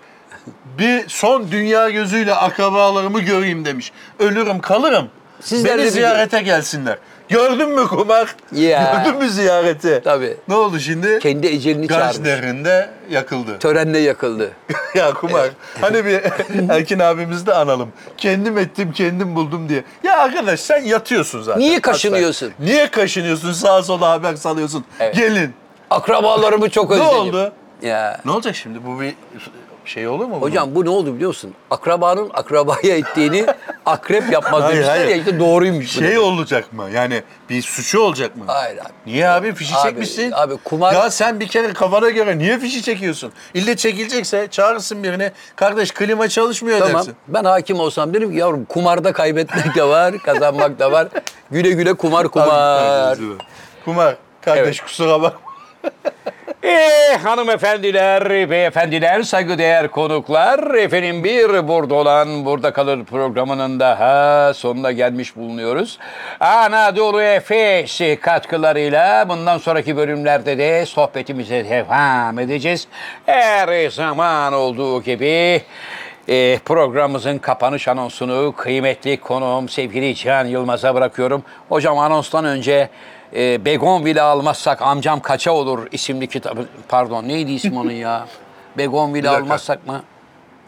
bir son dünya gözüyle akrabalarımı göreyim demiş. Ölürüm kalırım.
Sizler de
Beni
bir-
ziyarete gelsinler. Gördün mü kumak?
Ya.
Gördün mü ziyareti?
Tabii.
Ne oldu şimdi?
Kendi ecelini
Gaz
çağırmış.
derinde yakıldı.
Törenle yakıldı.
ya Kumar hani bir Erkin abimizi de analım. Kendim ettim kendim buldum diye. Ya arkadaş sen yatıyorsun zaten.
Niye
Hatta.
kaşınıyorsun?
Niye kaşınıyorsun sağa sola haber salıyorsun.
Evet.
Gelin.
Akrabalarımı çok
Ne
özledim.
oldu?
Ya.
Ne olacak şimdi bu bir şey olur mu? bunun?
Hocam bu ne oldu biliyor musun? Akrabanın akrabaya ettiğini akrep yapmaz
Hayır,
demişler
hayır.
ya işte doğruymuş. bu
şey
demek.
olacak mı? Yani bir suçu olacak mı?
Hayır abi.
Niye abi fişi
Abi-
çekmişsin?
abi kumar-
Ya sen bir kere kafana göre niye fişi çekiyorsun? İlle çekilecekse çağırırsın birini. Kardeş klima çalışmıyor
Tamam.
dersin.
Ben hakim olsam derim ki yavrum kumarda kaybetmek de var, kazanmak da var. Güle güle kumar kumar.
Kumar. Kardeş kusura bakma.
Eh hanımefendiler, beyefendiler, saygıdeğer konuklar. Efendim bir burada olan burada kalır programının daha sonuna gelmiş bulunuyoruz. Anadolu Efes katkılarıyla bundan sonraki bölümlerde de sohbetimize devam edeceğiz. Her zaman olduğu gibi eh, programımızın kapanış anonsunu kıymetli konuğum sevgili Cihan Yılmaz'a bırakıyorum. Hocam anonstan önce e, Begonvil'i almazsak amcam kaça olur isimli kitabı. Pardon neydi ismi onun ya? Begonvil'i
dakika.
almazsak mı?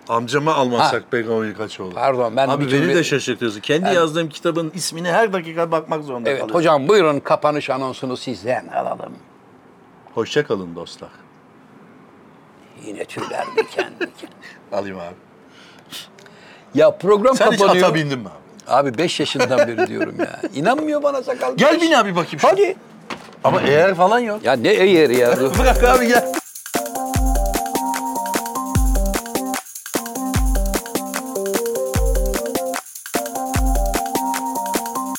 Amcama almazsak Begonya kaç olur?
Pardon, ben
Abi
bir
beni
türlü-
de şey şaşırtıyorsun. Kendi yazdığım kitabın ismini her dakika bakmak zorunda
Evet
kalıyorum.
hocam buyurun kapanış anonsunu sizden alalım.
Hoşça kalın dostlar.
Yine tüyler diken diken.
Alayım abi.
Ya program
Sen hiç
kapanıyor.
ata bindin mi abi?
Abi 5 yaşından beri diyorum ya. İnanmıyor bana sakal.
Gel
beş.
bin abi bakayım.
Hadi.
Ama eğer falan yok.
Ya ne eğer ya.
Bırak abi gel.